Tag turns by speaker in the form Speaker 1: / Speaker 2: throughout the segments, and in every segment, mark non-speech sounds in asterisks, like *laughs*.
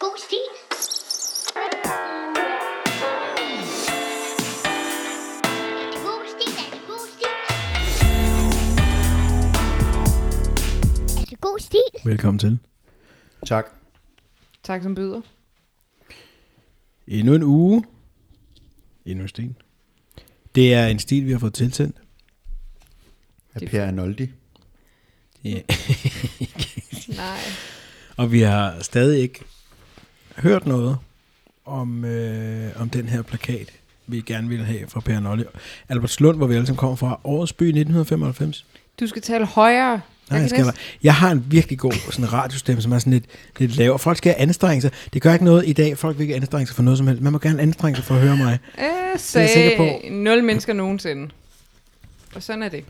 Speaker 1: Bosti. God stil.
Speaker 2: Velkommen til.
Speaker 3: Tak.
Speaker 4: Tak som byder.
Speaker 2: Endnu en uge. Endnu en sten. Det er en stil, vi har fået tilsendt.
Speaker 3: Af Per Arnoldi.
Speaker 2: Yeah.
Speaker 4: Nej.
Speaker 2: Og vi har stadig ikke hørt noget om, øh, om den her plakat, vi gerne ville have fra Per Nolli. Albertslund, hvor vi alle sammen kommer fra. Årets by 1995.
Speaker 4: Du skal tale højere.
Speaker 2: Nej, jeg,
Speaker 4: kan
Speaker 2: skal
Speaker 4: næsten-
Speaker 2: bare- jeg har en virkelig god sådan radiostemme, som er sådan lidt, lidt lav. Og folk skal anstrenge sig. Det gør ikke noget i dag. Folk vil ikke anstrenge sig for noget som helst. Man må gerne anstrenge sig for at høre mig.
Speaker 4: Jeg
Speaker 2: sikker
Speaker 4: Øh, sagde
Speaker 2: på.
Speaker 4: nul mennesker nogensinde. Og sådan er det.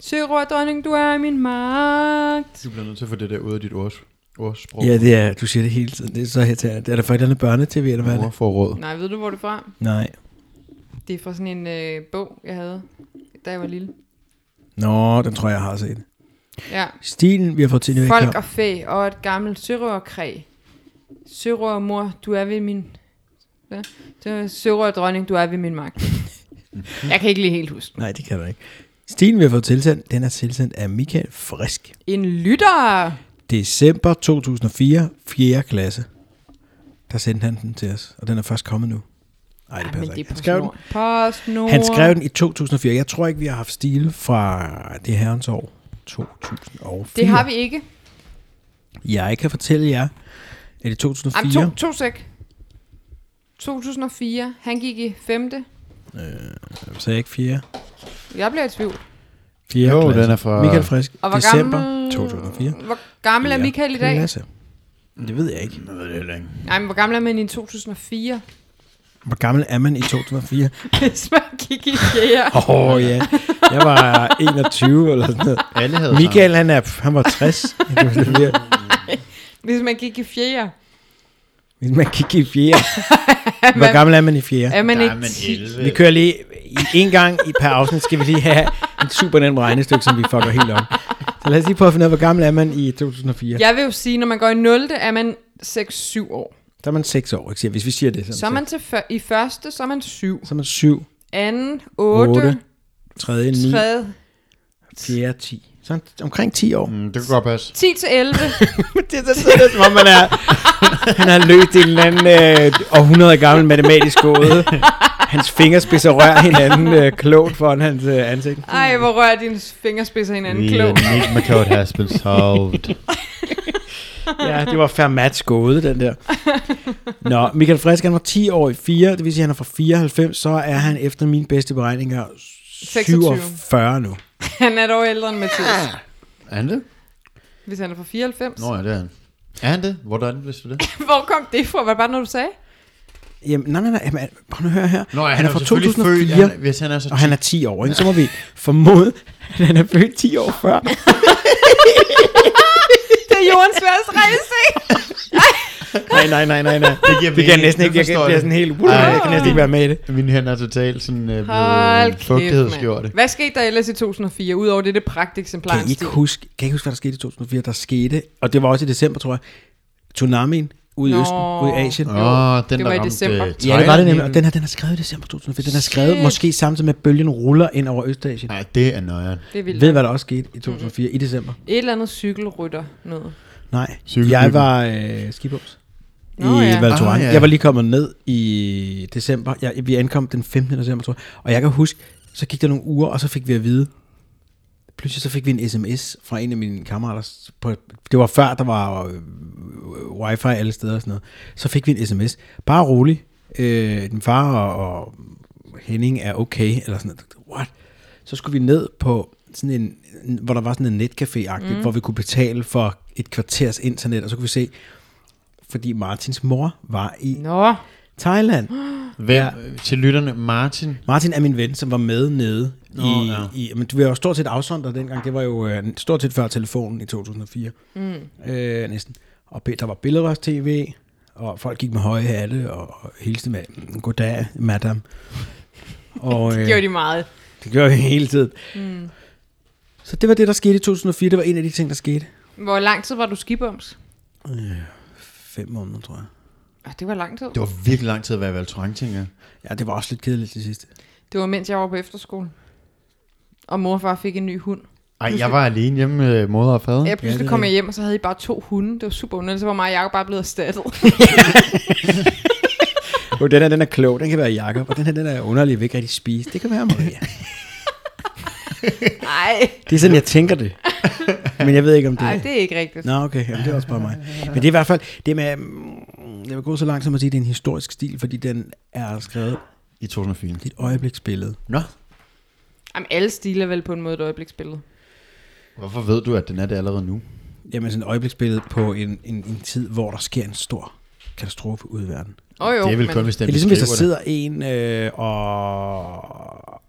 Speaker 4: Sørøver, dronning, du er min magt.
Speaker 3: Du bliver nødt til at få det der ud af dit ords, ordsprog.
Speaker 2: Ja, det er, du siger det hele tiden. Det er så irriterende. Er det for et eller andet børnetv, eller hvad er det?
Speaker 3: Ordforråd.
Speaker 4: Nej, ved du, hvor det er fra?
Speaker 2: Nej.
Speaker 4: Det er fra sådan en øh, bog, jeg havde, da jeg var lille.
Speaker 2: Nå, den tror jeg, jeg har set.
Speaker 4: Ja.
Speaker 2: Stilen, vi har fået til i
Speaker 4: Folk og fæ og et gammelt sørøverkræ. Sørøver, mor, du er ved min... Ja. Sørøver, dronning, du er ved min
Speaker 2: *laughs*
Speaker 4: magt. jeg kan ikke lige helt huske. den.
Speaker 2: Nej, det kan du ikke. Stilen, vi har fået tilsendt, den er tilsendt af Michael Frisk.
Speaker 4: En lytter!
Speaker 2: December 2004, 4. klasse. Der sendte han den til os, og den er først kommet nu. Nej, det
Speaker 4: Ej,
Speaker 2: passer
Speaker 4: men det
Speaker 2: ikke.
Speaker 4: er
Speaker 2: Han skrev, den,
Speaker 4: PostNord. PostNord.
Speaker 2: han skrev den i 2004. Jeg tror ikke, vi har haft stil fra det herrens år. 2004.
Speaker 4: Det har vi ikke.
Speaker 2: Jeg kan fortælle jer, at i
Speaker 4: Ej,
Speaker 2: 2004...
Speaker 4: to, to sek. 2004. Han gik i 5.
Speaker 2: Så jeg ikke 4.
Speaker 4: Jeg bliver i tvivl.
Speaker 2: 4.
Speaker 3: Jo,
Speaker 2: klasse.
Speaker 3: den er fra-
Speaker 2: Michael Frisk.
Speaker 4: Og hvor
Speaker 2: december
Speaker 4: gammel-
Speaker 2: 2004.
Speaker 4: Hvor gammel er
Speaker 2: Ja,
Speaker 4: Michael i dag?
Speaker 2: Klasse. Det ved jeg ikke.
Speaker 3: Jeg ved det heller ikke.
Speaker 4: Nej, men hvor gammel er man i 2004?
Speaker 2: Hvor gammel er man i
Speaker 3: *laughs*
Speaker 2: 2004?
Speaker 4: *laughs* Hvis man gik i 4.
Speaker 2: Åh oh, ja, jeg var 21 eller sådan
Speaker 3: *laughs*
Speaker 2: noget.
Speaker 3: Alle havde
Speaker 2: Michael, han, er, han var
Speaker 3: *laughs*
Speaker 2: 60. Det var lidt mere-
Speaker 4: Hvis man gik i 4.
Speaker 2: Hvis man gik i fjerde.
Speaker 4: *laughs*
Speaker 2: Hvor gammel er man i fjerde?
Speaker 4: Er man
Speaker 3: sammen.
Speaker 4: ikke 10?
Speaker 2: Vi kører lige i- en gang i per afsnit, skal vi lige have et super nemt regnestykke, som vi fucker helt om. Så lad os lige prøve at finde ud af, hvor gammel er man i 2004? Ja.
Speaker 4: Jeg vil jo sige, når man går i 0. er man 6-7 år.
Speaker 2: Så er man 6 år, ikke? siger- hvis vi siger det.
Speaker 4: Så er man til fø- i første, så er man 7.
Speaker 2: så er man 7,
Speaker 4: Anden,
Speaker 2: 8,
Speaker 4: 8,
Speaker 2: 3, 9,
Speaker 4: 3,
Speaker 2: 4, 10. Så omkring 10 år.
Speaker 3: Mm, det kan godt passe.
Speaker 4: 10 til 11.
Speaker 2: *laughs* det er så sådan, som om man er, *laughs* han har løst en eller anden øh, århundrede gammel matematisk gåde. Hans fingerspidser rører hinanden øh, klogt foran hans øh, ansigt.
Speaker 4: Ej, hvor rører dine fingerspidser hinanden
Speaker 5: The
Speaker 4: klogt.
Speaker 5: enigma code has
Speaker 3: *laughs*
Speaker 5: been solved.
Speaker 2: Ja, det var fair match gåde, den der. Nå, Michael Frisk, han var 10 år i 4, det vil sige, at han er fra 94, så er han efter mine bedste beregninger
Speaker 4: 26.
Speaker 2: 47 nu.
Speaker 4: Han er dog ældre end Mathias.
Speaker 2: Ah.
Speaker 3: Er han det?
Speaker 4: Hvis han er fra 94.
Speaker 3: Nå ja, det er han. Er han det? Hvordan vidste du det?
Speaker 4: Hvor kom det fra? Var det bare noget, du sagde?
Speaker 2: Jamen, nej, nej, nej, jamen, prøv nu at høre her.
Speaker 3: Nå, ja,
Speaker 2: han er
Speaker 3: jo
Speaker 2: fra
Speaker 3: selvfølgelig
Speaker 2: 2004,
Speaker 3: Født, han, hvis han er så
Speaker 2: og han er 10 år, ikke? så må vi formode, at han er født 10 år før.
Speaker 4: Det er jordens værste rejse.
Speaker 2: Nej, nej, nej, nej, nej.
Speaker 3: Det
Speaker 2: Det
Speaker 3: giver
Speaker 2: kan jeg
Speaker 3: mening.
Speaker 2: næsten
Speaker 3: Nu
Speaker 2: ikke. Jeg kan,
Speaker 3: forstår
Speaker 2: det er
Speaker 3: jeg
Speaker 2: sådan helt... Uh,
Speaker 3: Ej.
Speaker 2: jeg kan næsten ikke være med i det.
Speaker 3: Mine hænder er totalt sådan øh,
Speaker 4: Hold
Speaker 3: blevet
Speaker 4: kæft,
Speaker 3: fugtighedsgjorte.
Speaker 4: mand. Hvad skete der ellers i 2004, udover det, det pragteksemplar?
Speaker 2: Kan I ikke huske, kan I ikke huske, hvad der skete i 2004? Der skete, og det var også i december, tror jeg, tsunamien ude i
Speaker 4: Nå.
Speaker 2: Østen, ude i Asien.
Speaker 3: Åh, oh, den
Speaker 4: det
Speaker 3: der
Speaker 4: var i
Speaker 3: ramte
Speaker 4: december.
Speaker 3: Thailand.
Speaker 2: Ja, det var det nemlig. Og den her, den er skrevet i december 2004. Den er skrevet
Speaker 4: Shit.
Speaker 2: måske samtidig med, at bølgen ruller ind over Østasien.
Speaker 3: Nej, det er nøjeren.
Speaker 4: Det er vildt.
Speaker 2: Ved I, hvad der også skete i 2004 i december?
Speaker 4: Et eller andet cykelrytter noget.
Speaker 2: Nej,
Speaker 3: Cykelbyen.
Speaker 2: jeg var øh, skibums i
Speaker 4: Nå, ja.
Speaker 2: Val Thorens.
Speaker 3: Ah, ja.
Speaker 2: Jeg var lige kommet ned i december. Jeg, vi ankom den 15. december, tror jeg. Og jeg kan huske, så gik der nogle uger, og så fik vi at vide, pludselig så fik vi en sms fra en af mine kammerater. På, det var før, der var øh, wifi alle steder og sådan noget. Så fik vi en sms. Bare rolig. Øh, din far og, og Henning er okay, eller sådan noget. What? Så skulle vi ned på sådan en, hvor der var sådan en netcafé-agtigt, mm. hvor vi kunne betale for et kvarters internet, og så kunne vi se, fordi Martins mor var i
Speaker 4: Nå,
Speaker 2: Thailand.
Speaker 3: Hvem, til lytterne, Martin.
Speaker 2: Martin er min ven, som var med nede Nå, i,
Speaker 3: ja.
Speaker 2: ja. i... Men du var jo stort set afsondret dengang. Det var jo øh, stort set før telefonen i 2004. Mm. Øh, næsten. Og be- der var billedrørs tv, og folk gik med høje hatte og og hilste med, "Mm, goddag, madam. Og, øh,
Speaker 4: det gjorde de meget.
Speaker 2: det gjorde vi hele tiden. Mm. Så det var det, der skete i 2004. Det var en af de ting, der skete.
Speaker 4: Hvor lang tid var du skiboms?
Speaker 2: fem måneder, tror jeg.
Speaker 4: Og det var lang tid.
Speaker 3: Det var virkelig lang tid at være i Valtorant, tænker jeg.
Speaker 2: Ja, det var også lidt kedeligt til sidst.
Speaker 4: Det var mens jeg var på efterskole. Og mor og far fik en ny hund.
Speaker 3: Ej, jeg var alene hjemme med moder og fader.
Speaker 4: Jeg
Speaker 2: det
Speaker 4: pludselig
Speaker 2: er
Speaker 4: kom jeg
Speaker 2: rigtigt.
Speaker 4: hjem, og så havde I bare to hunde. Det var super underligt. Så var mig og Jacob bare blevet
Speaker 2: *laughs*
Speaker 4: erstattet.
Speaker 2: Jo, den her, den er klog, den kan være Jakob, og den her, den er underlig, vil ikke rigtig spise. Det kan være Maria.
Speaker 4: Nej,
Speaker 2: Det er sådan, jeg tænker det. Men jeg ved ikke, om det
Speaker 4: nej,
Speaker 2: er...
Speaker 4: det er ikke rigtigt.
Speaker 2: Nå, okay, jamen, det er også bare mig. Men det er i hvert fald, det med, mm, jeg vil gå så langt som at sige, at det er en historisk stil, fordi den er skrevet
Speaker 3: I 2004.
Speaker 2: i et øjebliksbillede.
Speaker 3: Nå,
Speaker 4: Jamen, alle stile er vel på en måde et øjebliksbillede.
Speaker 3: hvorfor ved du, at den er det allerede nu?
Speaker 2: Jamen sådan et øjebliksbillede på en, en, en tid, hvor der sker en stor katastrofe ude i verden.
Speaker 4: Åh oh, jo,
Speaker 3: det er vel kun,
Speaker 4: men
Speaker 3: hvis den
Speaker 2: Det er ligesom, hvis der
Speaker 3: beskriver
Speaker 2: sidder en øh, og...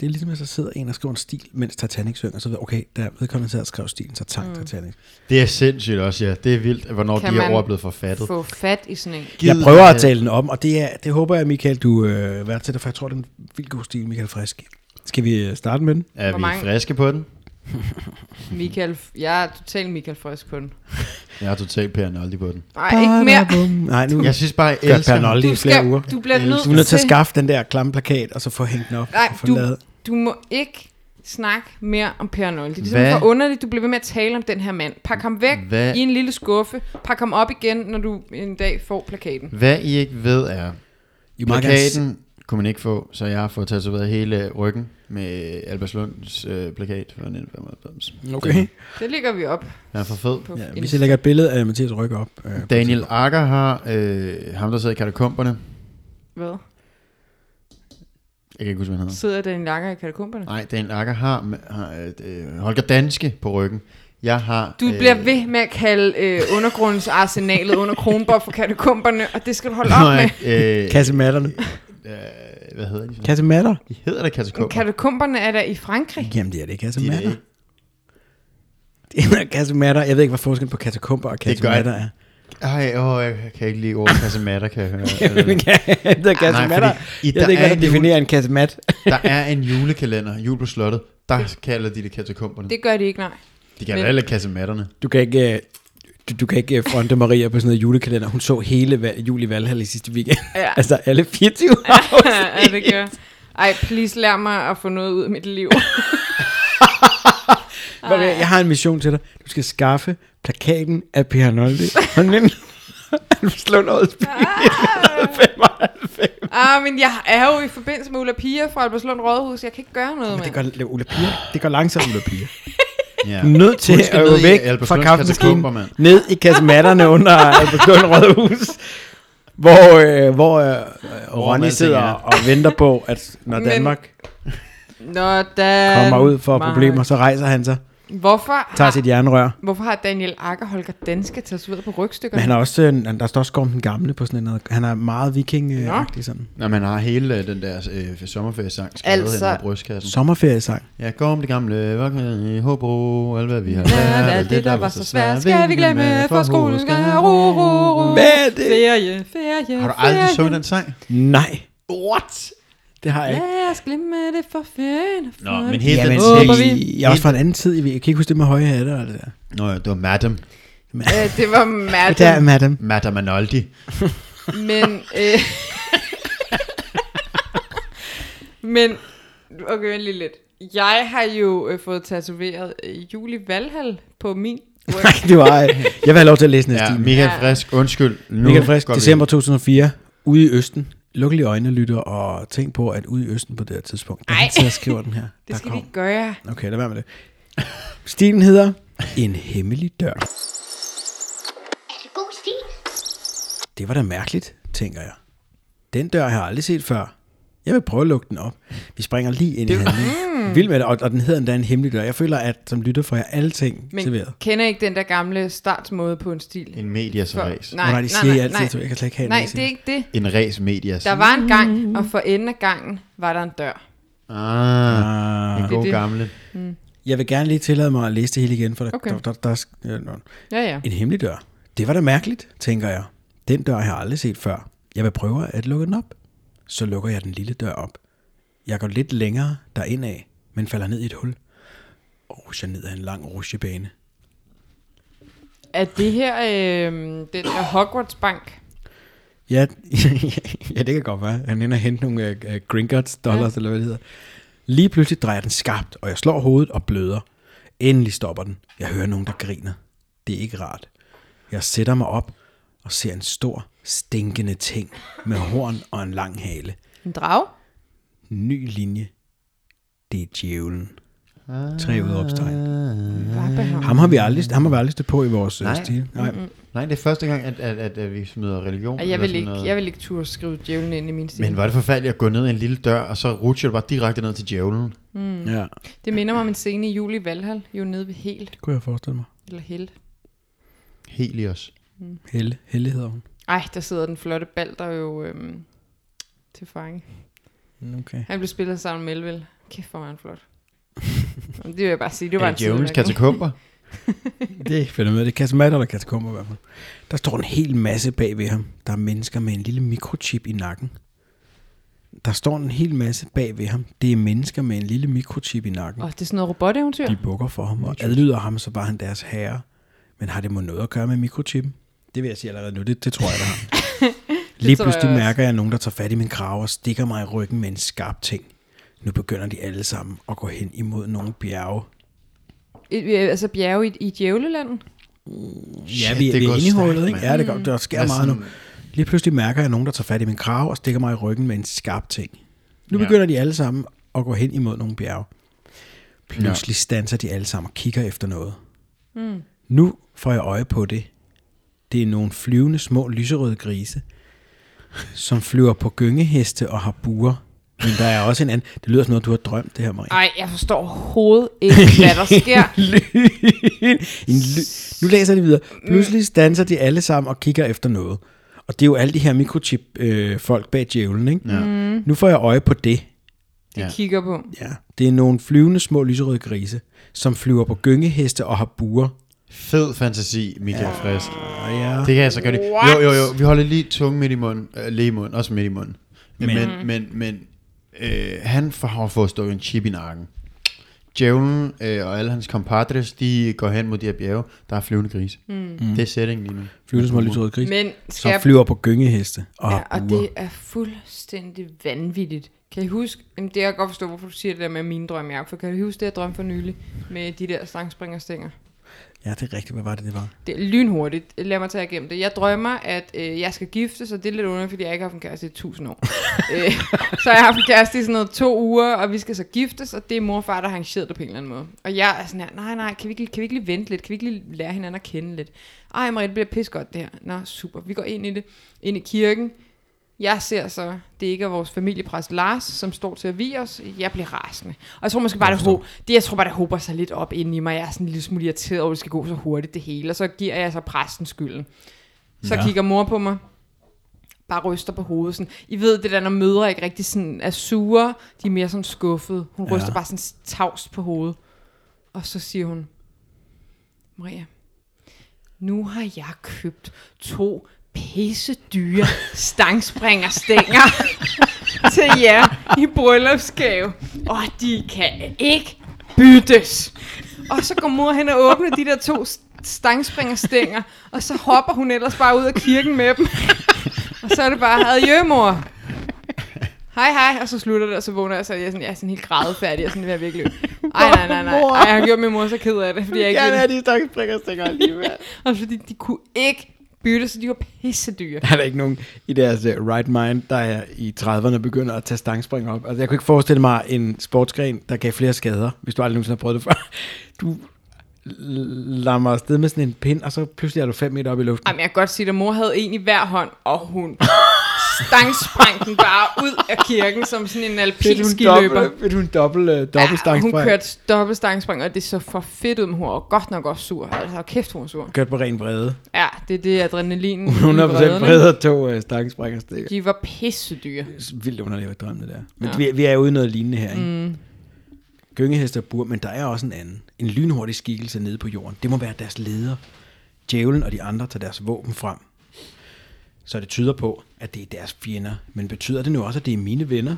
Speaker 2: Det er ligesom, hvis der sidder en og skriver en stil, mens Titanic synger, så ved jeg, okay, der vedkommende sad og skrev stilen, så tak mm. Titanic.
Speaker 3: det. Det er sindssygt også, ja. Det er vildt, hvornår
Speaker 4: Kan
Speaker 3: de her
Speaker 4: man
Speaker 3: ord er blevet forfattet.
Speaker 4: få fat i sådan en.
Speaker 2: Jeg prøver
Speaker 3: øh,
Speaker 2: at tale den om, og det, er, det håber jeg, Michael, du øh, værdsætter, for jeg tror, det er en vildt god stil, Michael Frisk. Skal vi øh, starte med den?
Speaker 3: Er
Speaker 4: Hvor
Speaker 3: vi
Speaker 4: mange-
Speaker 3: friske på den?
Speaker 4: Michael, jeg er totalt Michael Frisk på den.
Speaker 3: Jeg er totalt Per Noldi på den.
Speaker 4: Nej, ikke mere.
Speaker 2: Nej, nu
Speaker 3: Jeg synes bare, jeg
Speaker 2: Mm. gør
Speaker 3: elsker den.
Speaker 2: Pernoldi i
Speaker 4: Du,
Speaker 2: flere
Speaker 4: skal,
Speaker 2: uger. Øh,
Speaker 4: du bliver nødt
Speaker 2: Du er nødt til at skaffe den der klamme plakat, og så få hængt den op.
Speaker 4: Nej,
Speaker 2: og få
Speaker 4: du-
Speaker 2: lavet.
Speaker 4: Du må ikke snakke mere om Per Nolde. Det er
Speaker 3: Hvad?
Speaker 4: simpelthen for underligt, du bliver ved med at tale om den her mand. Pak ham væk
Speaker 3: Hvad?
Speaker 4: Hvad? i en lille skuffe. Pak ham op igen, når du en dag får plakaten.
Speaker 3: Hvad I ikke ved er,
Speaker 2: I må gerne s-
Speaker 3: plakaten kunne man ikke få, så jeg har fået tatoveret hele ryggen med Albertslunds øh, plakat fra 1995.
Speaker 2: Okay.
Speaker 4: Det ligger vi op
Speaker 3: Den er for fed.
Speaker 4: på.
Speaker 2: Ja, hvis jeg lægger et billede af Mathias Ryg op. Øh, på
Speaker 3: Daniel Akker har, øh, ham der sad i katakomberne,
Speaker 4: Hvad?
Speaker 3: jeg kan ikke huske, hvad han hedder.
Speaker 4: Sidder den lakker i katakomberne?
Speaker 3: Nej, Daniel Akker har, har øh, Holger Danske på ryggen. Jeg har...
Speaker 4: Du øh. bliver
Speaker 3: *laughs*
Speaker 4: ved med at kalde øh, undergrundens arsenalet under Kronborg for katakomberne, og det skal du holde op med.
Speaker 3: Øh,
Speaker 2: Kassematterne.
Speaker 3: øh, hvad hedder de? så?
Speaker 2: Kassematter?
Speaker 3: De hedder da katakomber.
Speaker 4: Katakomberne er der i Frankrig.
Speaker 2: Jamen, det er det
Speaker 3: De er det
Speaker 2: kassematter.
Speaker 3: ikke.
Speaker 2: Det er kassematter. Jeg ved ikke, *laughs* hvad forskellen på katakomber og
Speaker 3: Det gør
Speaker 2: kassematter er. *laughs*
Speaker 3: Ej, åh, jeg kan ikke lide ordet kassematter, kan jeg høre.
Speaker 2: Jamen, det er kassematter.
Speaker 3: i-
Speaker 2: Jeg ved ikke,
Speaker 3: er
Speaker 2: hvad der
Speaker 3: en jule-
Speaker 2: definerer en kassemat.
Speaker 3: Øh, Der er en julekalender, jul på slottet, der kalder de det katakomberne.
Speaker 4: Det gør de ikke, nej.
Speaker 3: De kalder
Speaker 4: men-
Speaker 3: alle kassematterne.
Speaker 2: Du kan ikke... øh, Du, du kan ikke øh, fronte Maria på sådan noget julekalender. Hun så hele val, jul i Valhall i sidste weekend.
Speaker 4: Ja.
Speaker 2: *laughs* altså alle 24
Speaker 4: ja, det gør Ej, please lær mig at få noget ud af mit liv.
Speaker 2: Maria, jeg har en mission til dig. Du skal skaffe plakaten af Per Arnoldi. Og nemlig... *laughs* Han slår noget *laughs*
Speaker 4: ah, men jeg er jo i forbindelse med Ulla Pia fra Albertslund Rådhus. Jeg kan ikke gøre noget,
Speaker 2: Det
Speaker 4: mand.
Speaker 2: gør Ulla Pia. Det går langsomt, Ulla Pia.
Speaker 3: Ja.
Speaker 2: Du er nødt til
Speaker 3: Hun skal
Speaker 2: at
Speaker 3: ned
Speaker 2: gå
Speaker 3: i
Speaker 2: væk
Speaker 3: Albertslunds
Speaker 2: fra kaffemaskinen,
Speaker 3: katakomber, mand.
Speaker 2: ned i kasematterne under Albertslund Rådhus, hvor, øh, hvor øh, øh, Ronny
Speaker 3: alting
Speaker 2: sidder
Speaker 3: er.
Speaker 2: og venter på, at når
Speaker 4: Men-
Speaker 2: Danmark
Speaker 4: Nå, da...
Speaker 2: kommer ud for problemer, så rejser han sig,
Speaker 4: Hvorfor
Speaker 2: tager
Speaker 4: har,
Speaker 2: sit jernrør.
Speaker 4: hvorfor har Daniel Akker Holger Danske tatoveret på
Speaker 2: Men
Speaker 4: rygstykkerne?
Speaker 2: han er også, øh, han- der står også Gorm den Gamle på sådan noget. Han er meget viking-agtig sådan.
Speaker 3: Når man har hele øh, den der øh, sommerferiesang skrevet
Speaker 4: Altså-
Speaker 3: altså... hen over brystkassen.
Speaker 2: Sommerferiesang.
Speaker 3: Jeg går om det gamle vakken i Hobro, alt hvad vi har
Speaker 4: Hvad
Speaker 3: alt
Speaker 4: alt det, der var så svært, skal vi glemme, for skolen skal ro, ro, ro.
Speaker 2: Hvad er det?
Speaker 4: Ferie, ferie,
Speaker 3: Har du aldrig
Speaker 4: ferie.
Speaker 3: sunget den sang?
Speaker 2: Nej,
Speaker 3: What?
Speaker 2: det har jeg ikke.
Speaker 4: Lad os glemme det for ferien. og
Speaker 3: Nå,
Speaker 4: ferien.
Speaker 3: men helt
Speaker 2: Jamen,
Speaker 3: den
Speaker 4: Håber
Speaker 3: tekst.
Speaker 2: I, jeg er også fra en anden tid. Jeg ved- jeg kan ikke huske det med høje hatter og det der.
Speaker 3: Nå ja, det var Madam.
Speaker 4: Øh, det
Speaker 2: Det
Speaker 4: var
Speaker 2: er
Speaker 4: mærkeligt,
Speaker 2: madam.
Speaker 3: Madam Arnoldi.
Speaker 4: men... Øh, men, okay, vent lige lidt. Jeg har jo øh, fået tatoveret øh, Julie Valhall på min ryg.
Speaker 2: Nej, det var jeg. Jeg vil have lov til at læse
Speaker 3: Ja,
Speaker 2: næste time.
Speaker 3: Michael
Speaker 4: Ja.
Speaker 3: Frisk, undskyld. Nu
Speaker 2: Michael Frisk,
Speaker 3: går vi-
Speaker 2: december 2004, ude i Østen. Luk lige øjnene, lytter, og tænk på, at ude i Østen på det her tidspunkt, der
Speaker 4: Ej.
Speaker 2: han sidder og skriver den her.
Speaker 4: Det
Speaker 2: Der
Speaker 4: skal vi
Speaker 2: kom.
Speaker 4: ikke gøre.
Speaker 2: Okay, lad være med det. Stilen hedder En hemmelig dør.
Speaker 1: Er det god stil?
Speaker 2: Det var da mærkeligt, tænker jeg. Den dør har jeg aldrig set før. Jeg vil prøve at lukke den op. Vi springer lige ind i
Speaker 4: Mm.
Speaker 2: handlingen. Vild med det, og, og den hedder endda En hemmelig dør. Jeg føler, at som lytter får jeg alle ting
Speaker 4: Men
Speaker 2: serveret.
Speaker 4: kender I ikke den der gamle startsmåde på en stil?
Speaker 3: En medias
Speaker 4: For-
Speaker 3: ræs.
Speaker 2: Åh, nej, de siger altid, at jeg kan slet ikke have en
Speaker 4: Nej,
Speaker 2: ræs i.
Speaker 4: det er ikke det.
Speaker 3: En ræs medias.
Speaker 4: Der var en gang, og for enden af gangen var der en dør.
Speaker 3: Ah,
Speaker 2: Ah,
Speaker 3: en
Speaker 4: Det er
Speaker 3: god
Speaker 4: det.
Speaker 3: gamle.
Speaker 2: jeg vil gerne lige tillade mig at læse det hele igen, for der,
Speaker 4: Okay.
Speaker 2: der, der, der, der, der
Speaker 4: Ja, ja.
Speaker 2: En hemmelig dør. Det var da mærkeligt, tænker jeg. Den dør har jeg aldrig set før. Jeg vil prøve at lukke den op. Så lukker jeg den lille dør op. Jeg går lidt længere derindad, men falder ned i et hul. Og rusher ned ad en lang rutsjebane.
Speaker 4: Er det her øh, den der Hogwarts Bank?
Speaker 2: Ja, *laughs* ja, det kan godt være. Han ender og hente nogle uh, Gringotts dollars, ja. eller hvad det hedder. Lige pludselig drejer den skarpt, og jeg slår hovedet og bløder. Endelig stopper den. Jeg hører nogen, der griner. Det er ikke rart. Jeg sætter mig op og ser en stor, stinkende ting med horn og en lang hale.
Speaker 4: En drag?
Speaker 2: Ny linje. Det er djævlen. Tre udopstegn.
Speaker 3: Ah.
Speaker 4: Ham.
Speaker 2: Ham har vi aldrig, ham har vi aldrig stødt på i vores Nej.
Speaker 3: Nej.
Speaker 2: stil. Nej. Mm-hmm.
Speaker 3: Nej, det er første gang, at, at, at, at vi smider religion.
Speaker 4: Jeg
Speaker 3: eller
Speaker 4: vil,
Speaker 3: sådan
Speaker 4: ikke,
Speaker 3: noget.
Speaker 4: jeg vil ikke turde skrive djævlen ind i min stil.
Speaker 3: Men var det forfærdeligt at gå ned ad en lille dør, og så rutscher du bare direkte ned til djævlen.
Speaker 4: Mm.
Speaker 2: Ja,
Speaker 4: Det minder mig om en scene i juli i Valhall, jo nede ved Hel,
Speaker 2: det kunne jeg forestille mig.
Speaker 4: eller Hel.
Speaker 3: Helios.
Speaker 2: Helle, Helle hedder hun.
Speaker 4: Ej, der sidder den flotte Balder jo øhm, til fange.
Speaker 2: Okay.
Speaker 4: Han blev spillet sammen med Melville. Kæft, hvor var han flot. Jamen, det vil jeg bare sige, det
Speaker 3: Det
Speaker 4: var
Speaker 3: var
Speaker 4: en
Speaker 3: er djævelens
Speaker 4: sideværk, ikke?
Speaker 3: katakomber.
Speaker 2: Det finder med. Det er kasematter eller katakomber i hvert fald. Der står en hel masse bag ved ham. Der er mennesker med en lille mikrochip i nakken. Der står en hel masse bag ved ham. Det er mennesker med en lille mikrochip i nakken.
Speaker 4: Åh, det er sådan noget roboteventyr.
Speaker 2: De bukker for ham og adlyder ham, så var han deres herre. Men har det må noget at gøre med mikrochippen? Det vil jeg sige allerede nu. Det, det tror jeg, der har.
Speaker 4: *laughs*
Speaker 2: Lige
Speaker 4: tror jeg
Speaker 2: pludselig
Speaker 4: også.
Speaker 2: mærker jeg nogen, der tager fat i min krave og stikker mig i ryggen med en skarp ting. Nu begynder de alle sammen at gå hen imod nogle bjerge.
Speaker 4: Øh, øh, Altså bjerge i, i djævlelandet.
Speaker 2: Ja,
Speaker 3: Shit,
Speaker 2: vi,
Speaker 3: det
Speaker 2: vi er
Speaker 3: går
Speaker 2: inde i
Speaker 3: stærkt,
Speaker 2: hullet, ikke?
Speaker 3: mand.
Speaker 2: Ja, det, går, der sker
Speaker 3: Altså,
Speaker 2: meget nu. Lige pludselig mærker jeg at nogen, der tager fat i min krav og stikker mig i ryggen med en skarp ting. Nu begynder de alle sammen at gå hen imod nogle bjerge. Pludselig stanser de alle sammen og kigger efter noget. Mm. Nu får jeg øje på det. Det er nogle flyvende små lyserøde grise, som flyver på gyngeheste og har buer. Men der er også en anden. Det lyder som noget, du har drømt, det her, Marie.
Speaker 4: Ej, jeg forstår overhovedet ikke, hvad der sker.
Speaker 2: lyn. En ly- nu læser de videre. Pludselig danser de alle sammen og kigger efter noget. Og det er jo alle de her mikrochip-folk øh, folk bag djævlen, ikke?
Speaker 3: Ja.
Speaker 2: Nu får jeg øje på det.
Speaker 4: De
Speaker 3: Ja.
Speaker 4: kigger på.
Speaker 2: Ja. Det er nogle flyvende små lyserøde grise, som flyver på gyngeheste og har buer.
Speaker 3: Fed fantasi, Michael Frisk.
Speaker 2: ja.
Speaker 3: Det kan jeg så gøre det.
Speaker 4: What?
Speaker 3: Jo, jo, jo. Vi holder lige tungen midt i munden. Øh, lige i munden. Også midt i munden. Men, men, men, men øh, han får- har fået stukket en chip i nakken. Djævlen øh, og alle hans compadres, de går hen mod de her bjerge. Der er flyvende grise. Mm. Det er setting lige nu.
Speaker 2: Flyvende små lyserøde grise,
Speaker 4: Men
Speaker 2: som
Speaker 4: skal jeg...
Speaker 2: flyver på gyngeheste og
Speaker 4: Ja,
Speaker 2: har
Speaker 4: og
Speaker 2: buer.
Speaker 4: det er fuldstændig vanvittigt. Kan I huske, jamen det kan jeg godt forstå, hvorfor du siger det der med mine drømme, ja. For kan du huske det, jeg drømte for nylig med de der stangspringerstænger?
Speaker 2: Ja, det er rigtigt. Hvad var det, det var?
Speaker 4: Det er lynhurtigt. Lad mig tage igennem det. Jeg drømmer, at øh, jeg skal gifte, så det er lidt underligt, fordi jeg ikke har haft en kæreste i 1000 år. øh, så jeg har haft en kæreste i sådan noget to uger, og vi skal så giftes, og det er mor og far, der har arrangeret det på en eller anden måde. Og jeg er sådan her, nej, nej, kan vi, ikke, kan vi ikke lige vente lidt? Kan vi ikke lige lære hinanden at kende lidt? Ej, Marie, det bliver pis godt det her. Nå, super. Vi går ind i det, ind i kirken. Jeg ser så, det ikke er vores familiepræst Lars, som står til at vige os. Jeg bliver rasende. Og jeg tror måske bare, det, ho- det, jeg tror bare, det håber sig lidt op inde i mig. Jeg er sådan en lille smule irriteret over, at det skal gå så hurtigt det hele. Og så giver jeg så præsten skylden. Så
Speaker 2: Ja.
Speaker 4: ja. kigger mor på mig. Bare ryster på hovedet. Sådan. I ved det der, når mødre ikke rigtig sådan er sure. De er mere sådan skuffede. Hun
Speaker 2: Ja.
Speaker 4: ja. ryster bare sådan tavst på hovedet. Og så siger hun, Maria, nu har jeg købt to pisse dyre stangspringerstænger *laughs* til jer i bryllupsgave. Og de kan ikke byttes. Og så går mor hen og åbner de der to s- stangspringerstænger, og så hopper hun ellers bare ud af kirken med dem. *laughs* og så er det bare, adjø mor. Hej, hej, og så slutter det, og så vågner jeg, og så er jeg sådan, jeg er sådan helt grædefærdig, og sådan ved at virkelig løbe. Ej, nej, nej, nej, Ej, jeg har gjort min mor så ked af det, fordi jeg ikke ville-
Speaker 3: de stakkels prikker stikker alligevel.
Speaker 4: og fordi de kunne ikke bytte, så de var pisse dyre.
Speaker 2: Der *laughs* er der ikke nogen i deres øh, right mind, der er i 30'erne begynder at tage stangspring op. Altså, jeg kunne ikke forestille mig en sportsgren, der gav flere skader, hvis du aldrig nogensinde har prøvet det før. *laughs* Du l- lader mig afsted med sådan en pind, og så pludselig er du 5 meter op i luften.
Speaker 4: Jamen, jeg kan godt sige, at mor havde en i hver hånd, og hun stangsprang den bare ud af kirken som sådan en alpin skiløber.
Speaker 2: Vil du en dobbelt, øh, dobbelt
Speaker 4: Ja, hun
Speaker 2: stangspring?
Speaker 4: kørte dobbelt stangspring, og det så for fedt ud, men hun var godt nok også sur. Altså, hold kæft, hun var sur.
Speaker 2: Kørt på ren vrede.
Speaker 4: Ja, det er det adrenalin.
Speaker 2: 100% vrede og to øh, stangspringer stikker.
Speaker 4: De var pisse dyre.
Speaker 2: Vildt underligt at drømme det der. Men ja.
Speaker 4: Ja.
Speaker 2: vi, vi er ude i noget lignende her, ikke? Mm. Gyngehester bur, men der er også en anden. En lynhurtig skikkelse nede på jorden. Det må være deres leder. Djævlen og de andre tager deres våben frem. Så det tyder på, at det er deres fjender. Men betyder det nu også, at det er mine venner?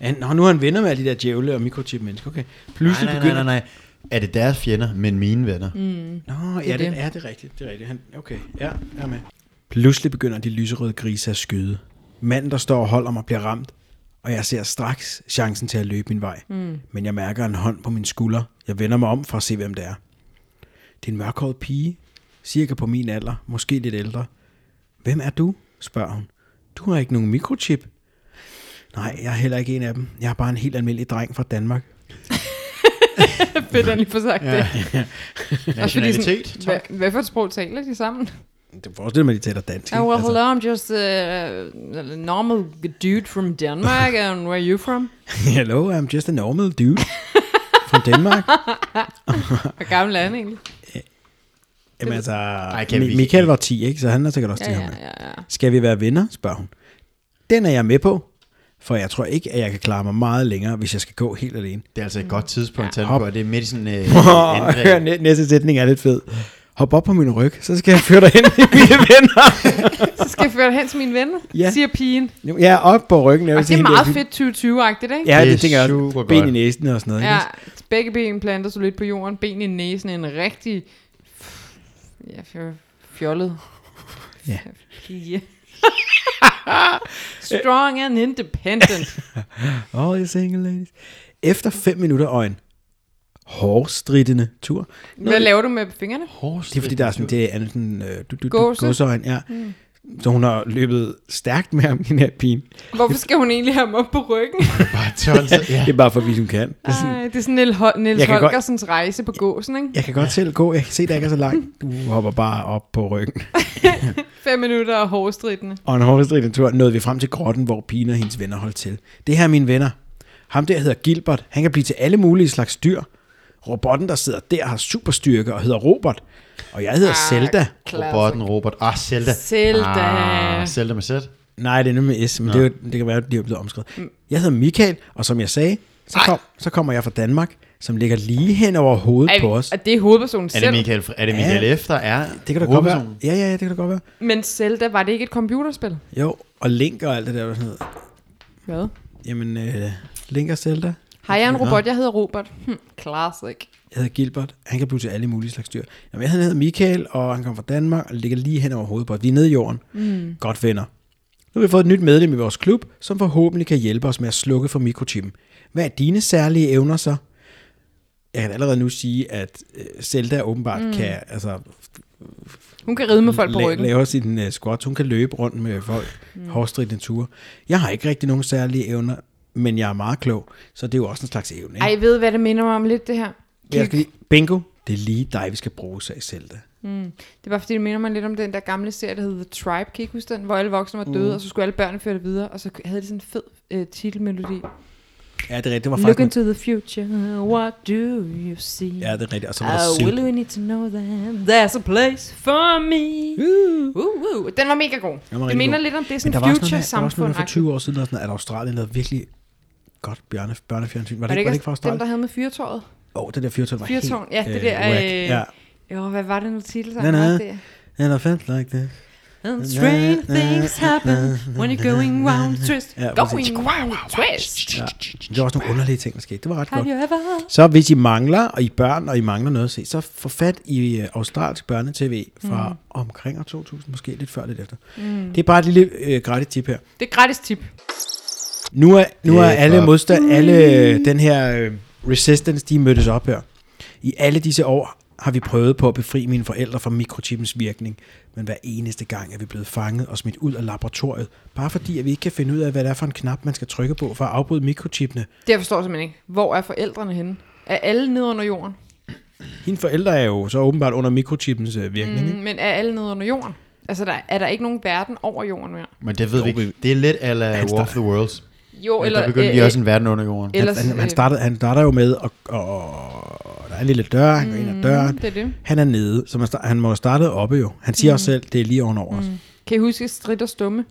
Speaker 2: Er Han, nå, nu er han venner med alle de der djævle og mikrochip mennesker. Okay.
Speaker 3: Nej,
Speaker 2: Pludselig
Speaker 3: nej, nej,
Speaker 2: begynder...
Speaker 3: nej, nej. er det deres fjender, men mine venner. Mm.
Speaker 2: Nå,
Speaker 4: er
Speaker 2: ja, det,
Speaker 4: det.
Speaker 2: er det er rigtigt. Det er rigtigt. Han, okay, ja, jeg er med. Pludselig begynder de lyserøde grise at skyde. Manden, der står og holder mig, bliver ramt, og jeg ser straks chancen til at løbe min vej. Mm. Men jeg mærker en hånd på min skulder. Jeg vender mig om for at se, hvem det er. Det er en mørkhåret pige, cirka på min alder, måske lidt ældre. Hvem er du? spørger hun. Du har ikke nogen mikrochip. Nej, jeg er heller ikke en af dem. Jeg er bare en helt almindelig dreng fra Danmark.
Speaker 4: Fedt, at han lige får sagt det. Og fordi
Speaker 3: *laughs* Nationalitet,
Speaker 4: sådan,
Speaker 3: tak.
Speaker 4: Hvad, hvad for et sprog taler de sammen?
Speaker 2: Det forestiller mig, de taler dansk.
Speaker 4: Oh,
Speaker 2: ikke?
Speaker 4: well, hello, I'm just a, a normal dude from Denmark, and where are you from?
Speaker 2: *laughs* Hello, I'm just a normal dude from *laughs* Denmark.
Speaker 4: Hvor gammel er han egentlig?
Speaker 2: Jamen altså,
Speaker 3: Ej,
Speaker 2: Ej,
Speaker 3: kan vi-
Speaker 2: Mi- Michael var 10, ikke? så han er sikkert også
Speaker 4: Ja,
Speaker 2: 10
Speaker 4: ja,
Speaker 2: ham.
Speaker 4: ja, ja.
Speaker 2: Skal vi være venner, spørger hun. Den er jeg med på, for jeg tror ikke, at jeg kan klare mig meget længere, hvis jeg skal gå helt alene.
Speaker 3: Det er altså et godt tidspunkt, ja,
Speaker 2: Hop.
Speaker 3: på, og det er midt i sådan øh,
Speaker 2: Og hør,
Speaker 3: angreb.
Speaker 2: næ- næste sætning er lidt fed. Hop op på min ryg, så skal jeg føre dig hen *laughs* til mine venner.
Speaker 4: Så skal jeg føre dig hen til min ven,
Speaker 2: Ja.
Speaker 4: ja. siger pigen.
Speaker 2: Nu- Ja, op på ryggen. Jeg vil
Speaker 4: Og det
Speaker 2: sige,
Speaker 4: er
Speaker 2: hende
Speaker 4: meget
Speaker 2: der-
Speaker 4: fedt 2020-agtigt, ikke?
Speaker 2: Ja, det,
Speaker 3: Det er
Speaker 2: tænker jeg også.
Speaker 3: supergodt.
Speaker 2: Ben i næsen og sådan noget.
Speaker 4: ja
Speaker 2: Ja.
Speaker 4: begge ben planter så lidt på jorden, ben i næsen, en rigtig f- ja, fjo- fjollet
Speaker 2: Ja.
Speaker 4: pige. *laughs* Strong and independent.
Speaker 2: All you single ladies. Efter fem minutter og en hårdstridende tur.
Speaker 4: Hvad laver du med fingrene?
Speaker 2: Det er fordi, der er sådan, det er andet sådan, øh, du, du,
Speaker 4: Gåse.
Speaker 2: du, gåseøjne, ja. Mm. Så hun har løbet stærkt med ham, den her pige.
Speaker 4: Hvorfor skal hun egentlig have ham op på ryggen?
Speaker 3: Bare
Speaker 2: *laughs*
Speaker 3: tolset, ja.
Speaker 2: Det er bare for at vise, hun kan.
Speaker 4: Ej, det er sådan Niels, Hol- Niels
Speaker 2: Jeg kan godt-
Speaker 4: Holgersens rejse på gåsen, ikke?
Speaker 2: Jeg kan godt selv gå, jeg kan se, der ikke er så langt. Du hopper bare op på ryggen.
Speaker 4: Fem minutter og hårdstridende.
Speaker 2: Og en hårdstridende tur nåede vi frem til grotten, hvor pigen og hendes venner holdt til. Det her er mine venner. Ham der hedder Gilbert. Han kan blive til alle mulige slags dyr. Robotten, der sidder der, har superstyrke og hedder Robert. Og jeg hedder
Speaker 4: Ah,
Speaker 2: Zelda.
Speaker 4: Klasse.
Speaker 3: Robotten Robert. Ah, Zelda.
Speaker 4: Zelda.
Speaker 3: Ah, Zelda med sæt.
Speaker 2: Nej, det er nemlig med S, men det, er jo, det kan være, at de er blevet omskrevet. Jeg hedder Michael, og som jeg sagde, så, kom, så kommer jeg fra Danmark, som ligger lige hen over hovedet
Speaker 4: Ej,
Speaker 2: på os.
Speaker 4: og det er hovedpersonen
Speaker 3: Er det
Speaker 4: selv.
Speaker 3: Michael, er det Michael
Speaker 2: Ja.
Speaker 3: ja. efter? Er
Speaker 2: Det kan da godt være.
Speaker 3: hovedpersonen?
Speaker 2: Ja, ja, det kan da godt være.
Speaker 4: Men Zelda, var det ikke et computerspil?
Speaker 2: Jo, og Link og alt det der. og Sådan noget.
Speaker 4: Hvad?
Speaker 2: Jamen, øh, Link og Zelda.
Speaker 4: Har jeg en robot? Jeg hedder Robert. Hm, classic.
Speaker 2: Jeg hedder Gilbert. Han kan blive til alle mulige slags dyr. Jamen, jeg hedder Michael, og han kommer fra Danmark, og ligger lige hen over hovedet på os. Vi er nede i jorden. Mm. Godt venner. Nu har vi fået et nyt medlem i vores klub, som forhåbentlig kan hjælpe os med at slukke for mikrochippen. Hvad er dine særlige evner så? Jeg kan allerede nu sige, at øh, Zelda åbenbart mm. kan altså,
Speaker 4: Hun kan ride med folk på
Speaker 2: la-
Speaker 4: ryggen.
Speaker 2: laver sin uh, squat. Hun kan løbe rundt med folk. Mm. Hårdstridende ture. Jeg har ikke rigtig nogen særlige evner, men jeg er meget klog, så det er jo også en slags evne. Ikke?
Speaker 4: Ej, ved I, hvad det minder mig om lidt, det her?
Speaker 2: Jeg skal lige, bingo, det er lige dig, vi skal bruge, sagde Zelda.
Speaker 4: Det var fordi, det minder mig lidt om den der gamle serie, der hed The Tribe. Kan I ikke huske den? Hvor alle voksne var døde, mm. og så skulle alle børnene føre det videre. Og så havde de sådan en fed øh, titelmelodi.
Speaker 2: Ja, det er rigtigt. Det var
Speaker 4: Look
Speaker 2: faktisk...
Speaker 4: into the future, what do you see?
Speaker 2: Ja, det er rigtigt. Og så var der
Speaker 4: Oh,
Speaker 2: Sylvie.
Speaker 4: will we need to know that there's a place for me? Uh, uh. Den var mega god.
Speaker 2: Den var
Speaker 4: det
Speaker 2: rigtig
Speaker 4: minder
Speaker 2: god.
Speaker 4: lidt om det
Speaker 2: Men der
Speaker 4: sådan
Speaker 2: var også noget, med-
Speaker 4: future
Speaker 2: der var også
Speaker 4: samfund.
Speaker 2: noget med for 20 år siden, eller sådan, noget, at Australien lavede virkelig godt bjørne, børnefjernsyn. Var
Speaker 4: Var
Speaker 2: det,
Speaker 4: det ikke,
Speaker 2: var det ikke fra
Speaker 4: også dem,
Speaker 2: Australien?
Speaker 4: der
Speaker 2: Åh,
Speaker 4: havde med fyrtåret?
Speaker 2: der... oh, det der fyrtårn var
Speaker 4: Fyrtårn,
Speaker 2: helt
Speaker 4: ja, det der,
Speaker 2: whack.
Speaker 4: øh,
Speaker 2: Ja.
Speaker 4: Jo, hvad var det nu titel?
Speaker 2: Nej, nej. And I felt like this.
Speaker 4: And strange things happen when you're going round a twist.
Speaker 2: Ja, præcis.
Speaker 4: going round a twist.
Speaker 2: Ja. Men Det var også nogle underlige ting, der skete. Det var ret
Speaker 4: Have
Speaker 2: godt.
Speaker 4: you ever?
Speaker 2: Så hvis I mangler, og I er børn, og I mangler noget at se, så få fat i øh, australsk børnetv fra mm. omkring år 2000, måske lidt før, lidt efter. Mm. Det er bare et lille øh, gratis tip her.
Speaker 4: Det er gratis tip.
Speaker 2: Nu er, nu er
Speaker 3: Det er
Speaker 2: alle
Speaker 3: godt.
Speaker 2: modstand, alle øh, den her øh, resistance, de mødtes op her. I alle disse år har vi prøvet på at befri mine forældre fra mikrochippens virkning, men hver eneste gang er vi blevet fanget og smidt ud af laboratoriet, bare fordi at vi ikke kan finde ud af, hvad det er for en knap, man skal trykke på for at afbryde mikrochippene.
Speaker 4: Det jeg forstår jeg simpelthen ikke. Hvor er forældrene henne? Er alle nede under jorden?
Speaker 2: Hendes forældre er jo så åbenbart under mikrochippens øh, virkning. Mm.
Speaker 4: Mm, men er alle nede under jorden? Altså, der, er der ikke nogen verden over jorden mere?
Speaker 3: Men det ved vi ikke. Det er lidt ala War of the Worlds.
Speaker 4: Jo,
Speaker 3: Eller,
Speaker 4: eller... øh,
Speaker 3: der begyndte de også en verden under jorden.
Speaker 4: eller,
Speaker 2: Han, han, startede, han starter jo med, at, og, og der er en lille dør, han går ind ad døren.
Speaker 4: det er det.
Speaker 2: Han er nede, så man, sta- han må have startet oppe jo. Han siger mm. også selv, det er lige ovenover mm. os.
Speaker 4: Kan I huske Strid og Stumme?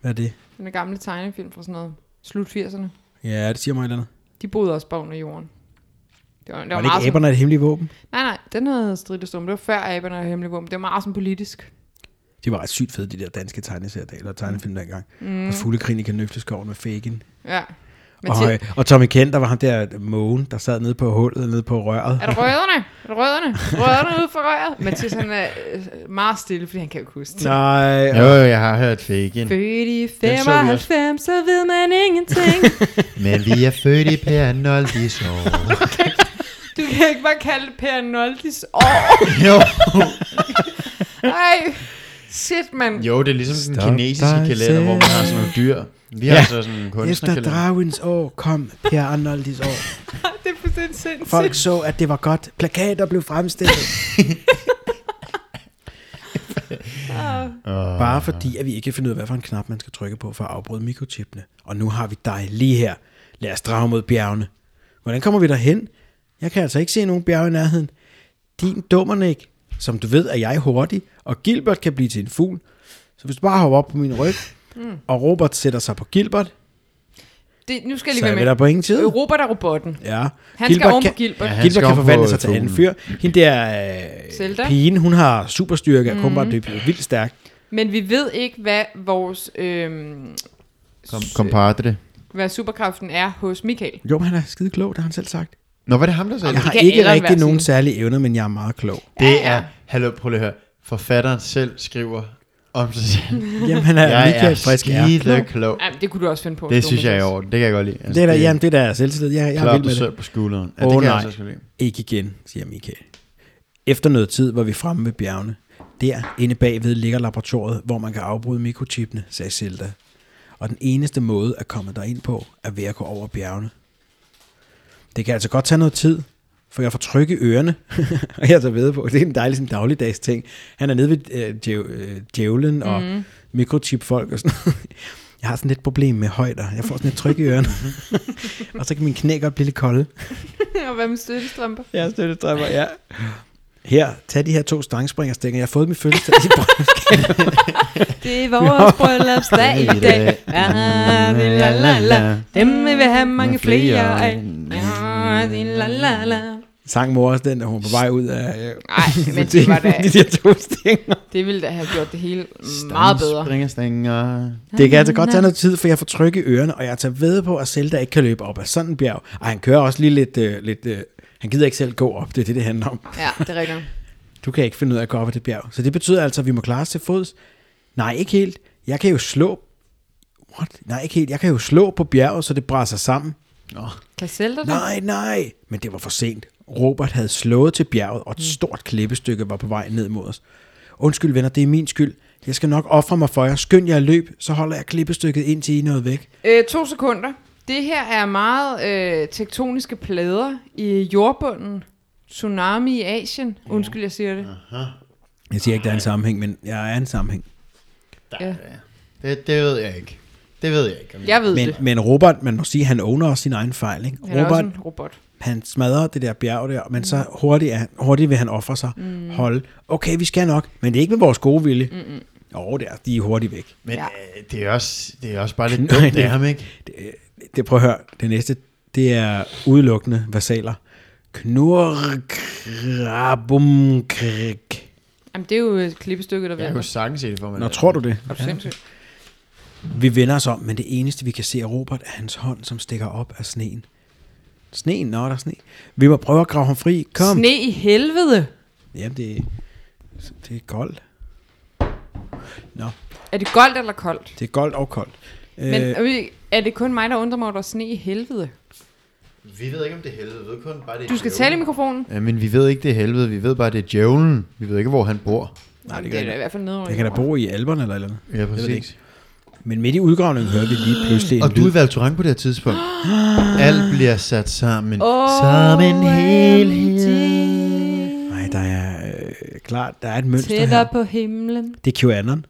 Speaker 2: Hvad er det?
Speaker 4: Den gamle tegnefilm fra sådan noget slut 80'erne.
Speaker 2: Ja, det siger mig et eller andet.
Speaker 4: De boede også bare under jorden. Det var, det var,
Speaker 2: Var det
Speaker 4: meget
Speaker 2: ikke æberne af det hemmelige våben?
Speaker 4: Sådan, nej, nej, den havde Strid og Stumme. Det var før Aberne og Hemmelig Våben. Det var meget sådan politisk.
Speaker 2: De var ret sygt fede, de der danske tegneserier, der- eller tegnefilm dengang. Mm. Og fuglekrigen i Kanøfteskoven med Fagin.
Speaker 4: Ja. Mm. Men
Speaker 2: Og,
Speaker 4: til,
Speaker 2: øh, og Tommy Kent, der var ham der mågen, der sad nede på hullet, nede på røret.
Speaker 4: er det rødderne? Er det
Speaker 3: *laughs*
Speaker 4: rødderne? Rødderne ude for røret? Mathis han er øh, meget stille, fordi han kan jo ikke huske det.
Speaker 2: Nej,
Speaker 3: Jo, jo, jeg har hørt fake ind.
Speaker 4: Født i
Speaker 3: Den så vi også.
Speaker 4: 95, så ved man ingenting.
Speaker 3: Men vi er født i Per Noldi, så...
Speaker 4: Du kan ikke bare kalde det Per Noldis
Speaker 3: *laughs*
Speaker 4: år.
Speaker 3: jo.
Speaker 4: Ej, shit mand.
Speaker 3: jo, det er ligesom sådan
Speaker 2: Stop
Speaker 3: en kinesiske
Speaker 2: dig
Speaker 3: kalender, hvor man har sådan nogle dyr. Vi har
Speaker 2: Ja.
Speaker 3: ja. altså sådan en
Speaker 2: Efter
Speaker 3: kunstnerkalender.
Speaker 2: Dragens år kom Per Arnoldis år.
Speaker 4: Det er fuldstændig sindssygt.
Speaker 2: Folk så, at det var godt. Plakater blev
Speaker 4: *laughs*
Speaker 2: fremstillet. Ah. Bare fordi, at vi ikke kan finde ud af, hvad for en knap, man skal trykke på for at afbryde mikrochipene. Og nu har vi dig lige her. Lad os drage mod bjergene. Hvordan kommer vi derhen? Jeg kan altså ikke se nogen bjerge i nærheden. Din dummernik, som du ved, er jeg hurtig, og Gilbert kan blive til en fugl. Så hvis du bare hopper op på min ryg, mm. og Robert sætter sig på Gilbert,
Speaker 4: Det, nu skal jeg
Speaker 2: så
Speaker 4: lige
Speaker 2: er vi
Speaker 4: være
Speaker 2: der
Speaker 4: med.
Speaker 2: på ingen tid.
Speaker 4: Europa der robotten.
Speaker 2: Ja.
Speaker 4: Han skal oven på
Speaker 2: kan-
Speaker 4: Gilbert.
Speaker 3: Ja,
Speaker 4: Ja.
Speaker 3: han
Speaker 2: Gilbert
Speaker 3: skal
Speaker 2: kan
Speaker 3: op
Speaker 2: forvandle
Speaker 3: på
Speaker 2: sig til anden
Speaker 3: fuglen.
Speaker 2: fyr. Hende der
Speaker 4: Zelda? Mhm.
Speaker 2: øh, pigen, hun har superstyrke, mm. kun bare løbet vildt stærkt.
Speaker 4: Men vi ved ikke, hvad vores... Øhm,
Speaker 3: Kom,
Speaker 4: s-
Speaker 3: kompadre.
Speaker 4: hvad superkraften er hos Michael.
Speaker 2: Jo, men han er skide klog, det har han selv sagt.
Speaker 3: Nå, var det ham, der sagde
Speaker 2: Jeg
Speaker 3: det?
Speaker 2: har
Speaker 4: kan
Speaker 2: ikke
Speaker 4: alderen
Speaker 2: rigtig
Speaker 4: være
Speaker 2: nogen
Speaker 4: sådan.
Speaker 2: særlige evner, men jeg er meget klog.
Speaker 3: Det er... Hallo, prøv lige at høre. Forfatteren selv skriver om sig selv.
Speaker 2: Jamen, han er
Speaker 3: Jeg
Speaker 2: Michael
Speaker 3: er
Speaker 2: Frisk er klog.
Speaker 3: skide klog.
Speaker 4: Jamen, det kunne du også finde på.
Speaker 3: Det
Speaker 4: Stor
Speaker 3: synes jeg er i
Speaker 4: Mathias.
Speaker 3: orden. Det kan jeg godt lide. Altså,
Speaker 2: Det er da, jamen, det der er selvtillid. Jeg, jeg er
Speaker 3: klart,
Speaker 2: vild
Speaker 3: du
Speaker 2: med
Speaker 3: sidder
Speaker 2: det.
Speaker 3: på skulderen. Ja,
Speaker 2: Åh,
Speaker 3: det kan
Speaker 2: nej.
Speaker 3: jeg så sgu lide.
Speaker 2: Ikke igen, siger Michael. Efter noget tid var vi fremme ved bjergene. Der, inde bagved, ligger laboratoriet, hvor man kan afbryde mikrochipene, sagde Zelda. Og den eneste måde at komme derind på, er ved at gå over bjergene. Det kan altså godt tage noget tid, for jeg får tryk i ørerne, *laughs* og jeg tager ved på. Det er en dejlig sådan, dagligdags ting. Han er nede ved øh, djæv- øh, djævlen og mm. mikrochipfolk og sådan noget. *laughs* Jeg har sådan lidt problem med højder. Jeg får sådan et tryk i ørerne. og så kan mine knæ godt blive lidt kolde.
Speaker 4: *laughs* Og hvad med støttestrømper?
Speaker 2: Ja, støttestrømper, ja. Her, tag de her to stangspringerstænger. Jeg har fået min fødselsdag i brød.
Speaker 4: Det er vores bryllupsdag i dag. La,
Speaker 3: Mm.
Speaker 4: la, la, la. Dem vil vi have mange flere af. La, la, la.
Speaker 2: Sang mor også den, da hun var på vej ud af... øh, *laughs*
Speaker 4: Nej, men det var da,
Speaker 2: De der to stænger.
Speaker 4: det ville da have gjort det hele meget bedre.
Speaker 3: Springer stænger.
Speaker 2: Det kan altså godt tage noget tid, for jeg får tryk i ørerne, og jeg tager ved på, at Zelda ikke kan løbe op ad sådan en bjerg. Og han kører også lige lidt... Øh, lidt øh, han gider ikke selv gå op, det er det, det handler om.
Speaker 4: Ja, det er rigtigt.
Speaker 2: Du kan ikke finde ud af at gå op ad det bjerg. Så det betyder altså, at vi må klare os til fods. Nej, ikke helt. Jeg kan jo slå... What? Nej, ikke helt. Jeg kan jo slå på bjerget, så det brænder sig sammen.
Speaker 4: Kan Zelda det?
Speaker 2: Nej, nej! Men det var for sent. Robert havde slået til bjerget,
Speaker 4: Mm.
Speaker 2: og et stort klippestykke var på vej ned mod os. Undskyld venner, det er min skyld. Jeg skal nok ofre mig for jer. Skynd jer at løb, så holder jeg klippestykket indtil I er nået væk.
Speaker 4: Øh, to sekunder. Det her er meget øh, tektoniske plader i jordbunden. Tsunami i Asien. Undskyld, jeg siger det.
Speaker 2: Jeg siger ikke, der er en sammenhæng, men jeg er en sammenhæng.
Speaker 4: Ja.
Speaker 3: Det, det ved jeg ikke. Det ved jeg ikke. om-
Speaker 4: Jeg ved
Speaker 2: Men,
Speaker 4: det.
Speaker 2: men Robert, man må sige, han owner også sin egen fejl. Ikke?
Speaker 4: Han er også
Speaker 2: Robert,
Speaker 4: en Mm. robot.
Speaker 2: han smadrer det der bjerg der, men så hurtigt, er, hurtigt vil han ofre sig. Mm. Holde. Okay, vi skal nok, men det er ikke med vores gode vilje. Mm-mm. Jo, det er, de er hurtigt væk.
Speaker 3: Men
Speaker 4: Ja.
Speaker 3: øh, det, er også, det er også bare lidt
Speaker 2: Nej,
Speaker 3: dumt
Speaker 2: det-
Speaker 3: af ham, ikke?
Speaker 2: Det, det prøv at høre, det næste, det er udelukkende versaler. Knurkrabumkrik.
Speaker 4: Jamen, det er jo et klippestykke, der
Speaker 3: Jeg
Speaker 4: ved.
Speaker 3: kunne sagtens se det for mig.
Speaker 2: Nå, tror du det?
Speaker 4: Er du sindssygt?
Speaker 2: Vi vender os om, men det eneste, vi kan se af Robert, er hans hånd, som stikker op af sneen. Sneen? Nå, der er sne. Vi må prøve at grave ham fri. Kom.
Speaker 4: Sne i helvede.
Speaker 2: Jamen, det, det er koldt. Nå,
Speaker 4: Er det goldt eller koldt?
Speaker 2: det er goldt og koldt.
Speaker 4: Men
Speaker 2: Øh,
Speaker 4: er vi- er det kun mig, der undrer mig, over, at der er sne i helvede?
Speaker 3: øh, Vi ved ikke, om det er helvede. Vi ved kun bare, det er
Speaker 4: Du skal tale i mikrofonen.
Speaker 3: Ja, men vi ved ikke, det er helvede. Vi ved bare, det er djævlen. Vi ved ikke, hvor han bor.
Speaker 2: nej, det
Speaker 4: Det
Speaker 2: gør
Speaker 4: er da i
Speaker 2: jeg.
Speaker 4: hvert fald nedover.
Speaker 2: Jeg kan da bo i alberne eller et eller andet.
Speaker 3: Ja,
Speaker 2: ved det ikke. Men midt i udgravningen hører vi lige pludselig en
Speaker 3: Og du er
Speaker 2: lyd.
Speaker 3: i Valtorang på det her
Speaker 4: *gasps*
Speaker 3: tidspunkt. Alt bliver sat sammen.
Speaker 4: Oh,
Speaker 3: som en helhed.
Speaker 2: Nej, der er øh, klart, der er et mønster her.
Speaker 4: Tættere på himlen.
Speaker 2: Det er QAnon.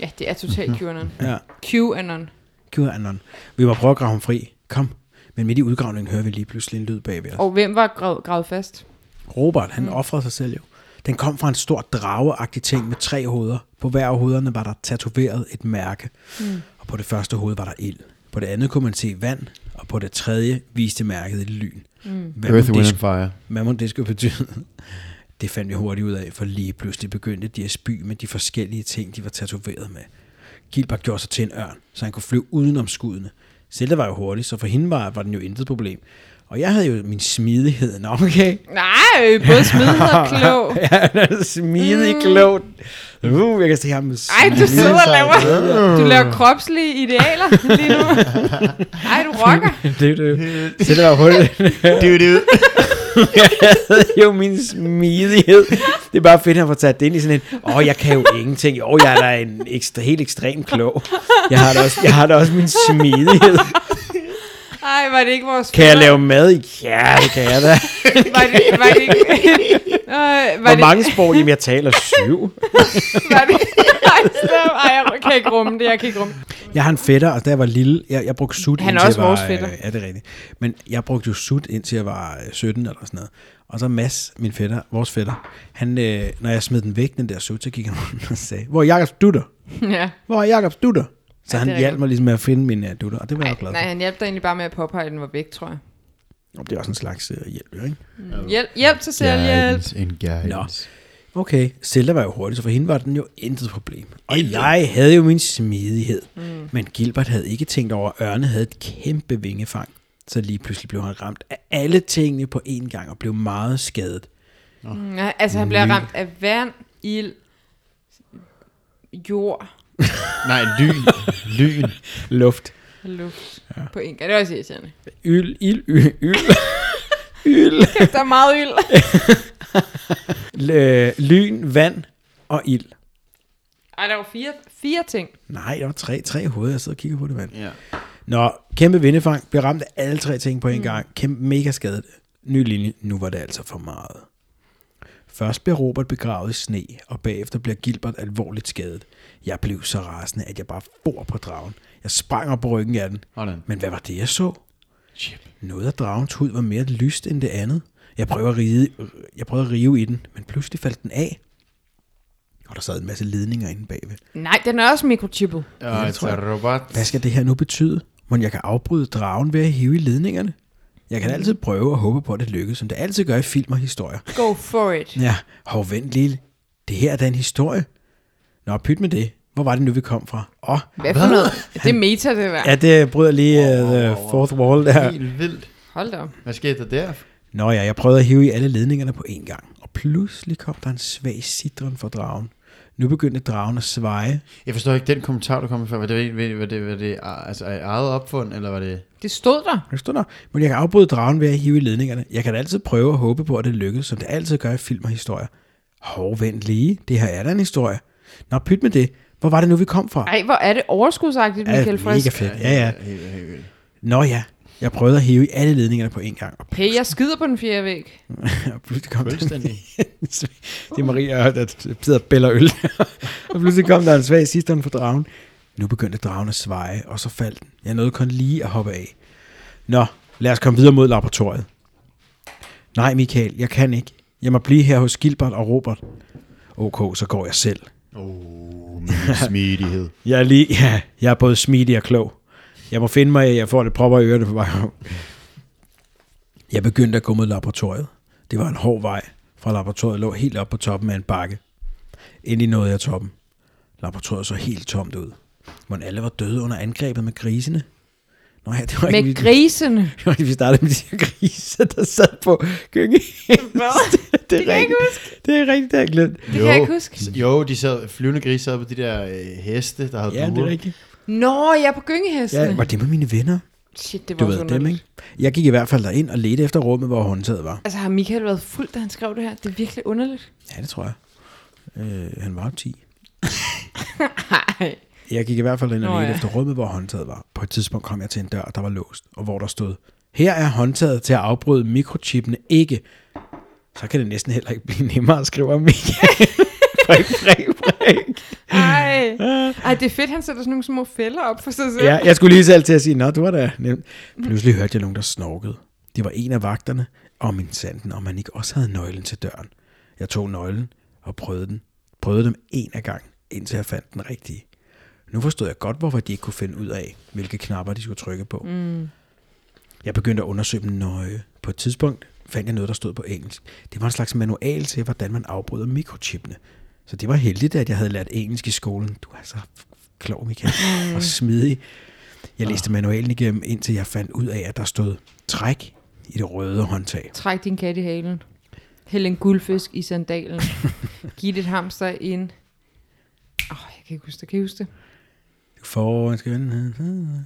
Speaker 4: Ja, det er totalt
Speaker 2: *laughs*
Speaker 4: QAnon.
Speaker 2: Ja.
Speaker 4: QAnon.
Speaker 2: QAnon. Vi må prøve at grave ham fri. Kom. Men midt i udgravningen hører vi lige pludselig en lyd bagved os.
Speaker 4: Og hvem var grav- gravet fast?
Speaker 2: Robert, han mm. offrede sig selv jo. Den kom fra en stor drageagtig ting med tre hoveder. På hver af hovederne var der tatoveret et mærke. Mm. Og på det første hoved var der ild. På det andet kunne man se vand. Og på det tredje viste mærket et lyn. Mm. Hvad, mon
Speaker 3: Earth,
Speaker 2: det,
Speaker 3: Wind and
Speaker 2: sk-
Speaker 3: Fire.
Speaker 2: hvad mon det skulle betyde? *laughs* Det fandt vi hurtigt ud af, for lige pludselig begyndte de at spy med de forskellige ting, de var tatoveret med. Gilbert gjorde sig til en ørn, så han kunne flyve udenom skuddene. Zelda var jo hurtig, så for hende var, var den jo intet problem. Og jeg havde jo min smidighed. Nå, okay.
Speaker 4: Nej, både smidig
Speaker 2: *laughs*
Speaker 4: og klog. Mm.
Speaker 2: ja, han er smidig, klog. Uh, jeg kan se ham med
Speaker 4: Ej, du sidder og laver, du laver kropslige idealer
Speaker 2: *laughs*
Speaker 4: lige nu. Ej, du rocker.
Speaker 2: *laughs* det, det, det, det var hurtigt.
Speaker 3: Du, du.
Speaker 2: jeg *laughs* havde jo min smidighed. Det er bare fedt, at han får taget det ind i sådan en, åh, oh, jeg kan jo ingenting. Jo, jeg er da en ekstra, helt ekstrem klog. Jeg har, da også, jeg har da også min smidighed.
Speaker 4: Ej, var det ikke vores
Speaker 2: Kan jeg
Speaker 4: fædre?
Speaker 2: lave mad? Ja, det kan jeg da.
Speaker 4: Var det, var det
Speaker 2: *laughs*
Speaker 4: ikke... Øh, var
Speaker 2: Hvor
Speaker 4: det-
Speaker 2: mange sprog? Jamen, jeg taler syv.
Speaker 4: Var det, *laughs* ej, stop. Ej, jeg kan ikke rumme det, jeg kan ikke rumme det.
Speaker 2: Jeg har en fætter, og da jeg var lille, jeg, jeg brugte sut
Speaker 4: Han er
Speaker 2: indtil
Speaker 4: også
Speaker 2: jeg var,
Speaker 4: vores fætter.
Speaker 2: øh, Ja, det er rigtigt. Men jeg brugte jo sut indtil jeg var øh, 17 eller sådan noget. Og så Mads, min fætter, vores fætter, han, øh, når jeg smed den væk, den der sut, så gik han rundt og sagde, hvor er Jacobs dutter?
Speaker 4: Ja.
Speaker 2: Hvor er Jacobs dutter? Så
Speaker 4: Ja,
Speaker 2: han
Speaker 4: det er
Speaker 2: hjalp
Speaker 4: rigtigt.
Speaker 2: mig ligesom med at finde min uh, dutter, og det var jeg glad for.
Speaker 4: Nej, han hjalp dig egentlig bare med at påpege, at den var væk, tror jeg.
Speaker 2: Og Det er også en slags uh, hjælp, jo, ikke?
Speaker 4: Hjælp, hjælp til selvhjælp.
Speaker 3: Guidance, en guidance.
Speaker 2: Okay, Zelda var jo hurtig, så for hende var den jo intet problem. Og jeg havde jo min smidighed. Mm. Men Gilbert havde ikke tænkt over, at ørne havde et kæmpe vingefang. Så lige pludselig blev han ramt af alle tingene på én gang og blev meget skadet.
Speaker 4: Ja, altså, han bliver ramt af vand, ild, jord
Speaker 3: Nej, lyn. lyn.
Speaker 2: Luft.
Speaker 4: og luft ja. på en gang. Det er også irriterende.
Speaker 2: Yld, ild, *laughs* yld, yld. yld.
Speaker 4: Kæft, der er meget ild.
Speaker 2: L- øh, lyn, vand og ild.
Speaker 4: Ej, der var fire, fire ting.
Speaker 2: Nej, der var tre, tre hoveder, jeg sidder og kigger på det, mand.
Speaker 3: Ja.
Speaker 2: Nå, kæmpe vindefang, blev ramt af alle tre ting på en mm. gang, kæmpe mega skadet. Ny linje, nu var det altså for meget. Først blev Robert begravet i sne, og bagefter blev Gilbert alvorligt skadet. Jeg blev så rasende, at jeg bare for på dragen. Jeg sprang op på ryggen af den.
Speaker 3: Hvordan?
Speaker 2: Men hvad var det, jeg så? Noget af dragens hud var mere lyst end det andet. Jeg prøvede at, ride, jeg prøvede at rive i den, men pludselig faldt den af. Og der sad en masse ledninger inde bagved.
Speaker 4: Nej, den er også mikrochippet.
Speaker 3: Ja,
Speaker 2: det tror jeg.
Speaker 3: et robot.
Speaker 2: Hvad skal det her nu betyde? Må jeg kan afbryde dragen ved at hive i ledningerne? Jeg kan altid prøve og håbe på, at det lykkes, som det altid gør i film og historier.
Speaker 4: Go for it.
Speaker 2: Ja, hov, vent lille. Det her er da en historie. Nå, pyt med det. Hvor var det nu, vi kom fra? Åh,
Speaker 4: Hvad for noget? Det er meta, det der.
Speaker 2: ja, det bryder lige uh, the fourth wall der.
Speaker 3: Helt vildt.
Speaker 4: Hold da op.
Speaker 3: Hvad skete der der?
Speaker 2: Nå ja, jeg prøvede at hive i alle ledningerne på én gang, og pludselig kom der en svag sidren fra dragen. Nu begyndte dragen at sveje.
Speaker 3: Jeg forstår ikke den kommentar, du kom med før. Var det, var det, var det, var det altså, er eget opfund, eller var det...
Speaker 4: Det stod der.
Speaker 2: Jeg stod der, men jeg kan afbryde dragen ved at hive i ledningerne. Jeg kan da altid prøve og håbe på, at det lykkes, som det altid gør i film og historier. Hov, vent lige. Det her er da en historie. Nå, pyt med det. Hvor var det nu, vi kom fra?
Speaker 4: Ej, hvor er det overskudsagtigt,
Speaker 2: Ja,
Speaker 4: Michael Frisk.
Speaker 2: mega fedt. Ja, ja.
Speaker 3: Helt, helt, helt, vildt.
Speaker 2: Nå ja, jeg prøvede at hive i alle ledningerne på én gang. Og
Speaker 4: Hey, jeg skider på den fjerde væg.
Speaker 2: *laughs* og pludselig kom der
Speaker 3: Fuldstændig.
Speaker 2: *laughs* det er Maria, der sidder og bæller øl. og pludselig kom der en svag sidsteren for dragen. Nu begyndte dragen at sveje, og så faldt den. Jeg nåede kun lige at hoppe af. Nå, lad os komme videre mod laboratoriet. Nej, Michael, jeg kan ikke. Jeg må blive her hos Gilbert og Robert. Okay, så går jeg selv.
Speaker 3: Åh, oh, *laughs* smidighed.
Speaker 2: Jeg er, lige, *laughs* ja, jeg er både smidig og klog. Jeg må finde mig, i, at jeg får lidt propper i ørerne på vej hjem. Jeg begyndte at gå mod laboratoriet. Det var en hård vej, fra laboratoriet lå helt op på toppen af en bakke. Endelig nåede jeg toppen. Laboratoriet så helt tomt ud. Mon alle var døde under angrebet med grisene? Nå ja, det var
Speaker 4: Med
Speaker 2: ikke... vi-
Speaker 4: grisene.
Speaker 2: *laughs* det var ikke, vi startede med de her grise, der sad på køkken. *laughs* det,
Speaker 4: kan jeg ikke
Speaker 2: rigtigt. Det er rigtigt, det har jeg glemt.
Speaker 4: Det kan jeg ikke huske.
Speaker 3: Jo, de sad, flyvende grise sad på de der øh, heste, der havde
Speaker 2: Ja, det
Speaker 3: buer.
Speaker 2: er rigtigt.
Speaker 4: Nå, jeg er på gyngehestene.
Speaker 2: Ja, var det med mine venner?
Speaker 4: Shit, det
Speaker 2: Du
Speaker 4: var også
Speaker 2: ved dem,
Speaker 4: underligt.
Speaker 2: ikke? Jeg gik i hvert fald derind og ledte efter rummet, hvor håndtaget var.
Speaker 4: Altså, har Michael været fuld, da han skrev det her? Det er virkelig underligt.
Speaker 2: Ja, det tror jeg. Øh, han var jo 10.
Speaker 4: Nej.
Speaker 2: Jeg gik i hvert fald ind og
Speaker 4: Nå,
Speaker 2: ledte
Speaker 4: ja.
Speaker 2: efter rummet, hvor håndtaget var. På et tidspunkt kom jeg til en dør, der var låst, og hvor der stod, her er håndtaget til at afbryde mikrochippene ikke. Så kan det næsten heller ikke blive nemmere, skriver *laughs* Michael. Prik, prik, prik.
Speaker 4: Ej. Ej, det er fedt, han sætter sådan nogle små fælder op for sig selv.
Speaker 2: Ja, jeg skulle lige selv til at sige, nå, du var da nemt. Pludselig hørte jeg nogen, der snorkede. Det var en af vagterne, og min sanden, om man ikke også havde nøglen til døren. Jeg tog nøglen og prøvede den. Prøvede dem en af gangen, indtil jeg fandt den rigtige. Nu forstod jeg godt, hvorfor de ikke kunne finde ud af, hvilke knapper de skulle trykke på. Mm. Jeg begyndte at undersøge dem nøje. På et tidspunkt fandt jeg noget, der stod på engelsk. Det var en slags manual til, hvordan man afbryder mikrochipene. Så
Speaker 4: Mm.
Speaker 2: det var heldigt, at jeg havde lært engelsk i skolen. Du er så f- klog, Michael, og smidig. Jeg læste manualen igennem, indtil jeg fandt ud af, at der stod træk i det røde håndtag.
Speaker 4: Træk din kat i halen. Hæld en guldfisk i sandalen. *laughs* Giv dit hamster en... Åh, oh, jeg kan ikke huske det. Kan I huske det?
Speaker 2: Foran skal vende.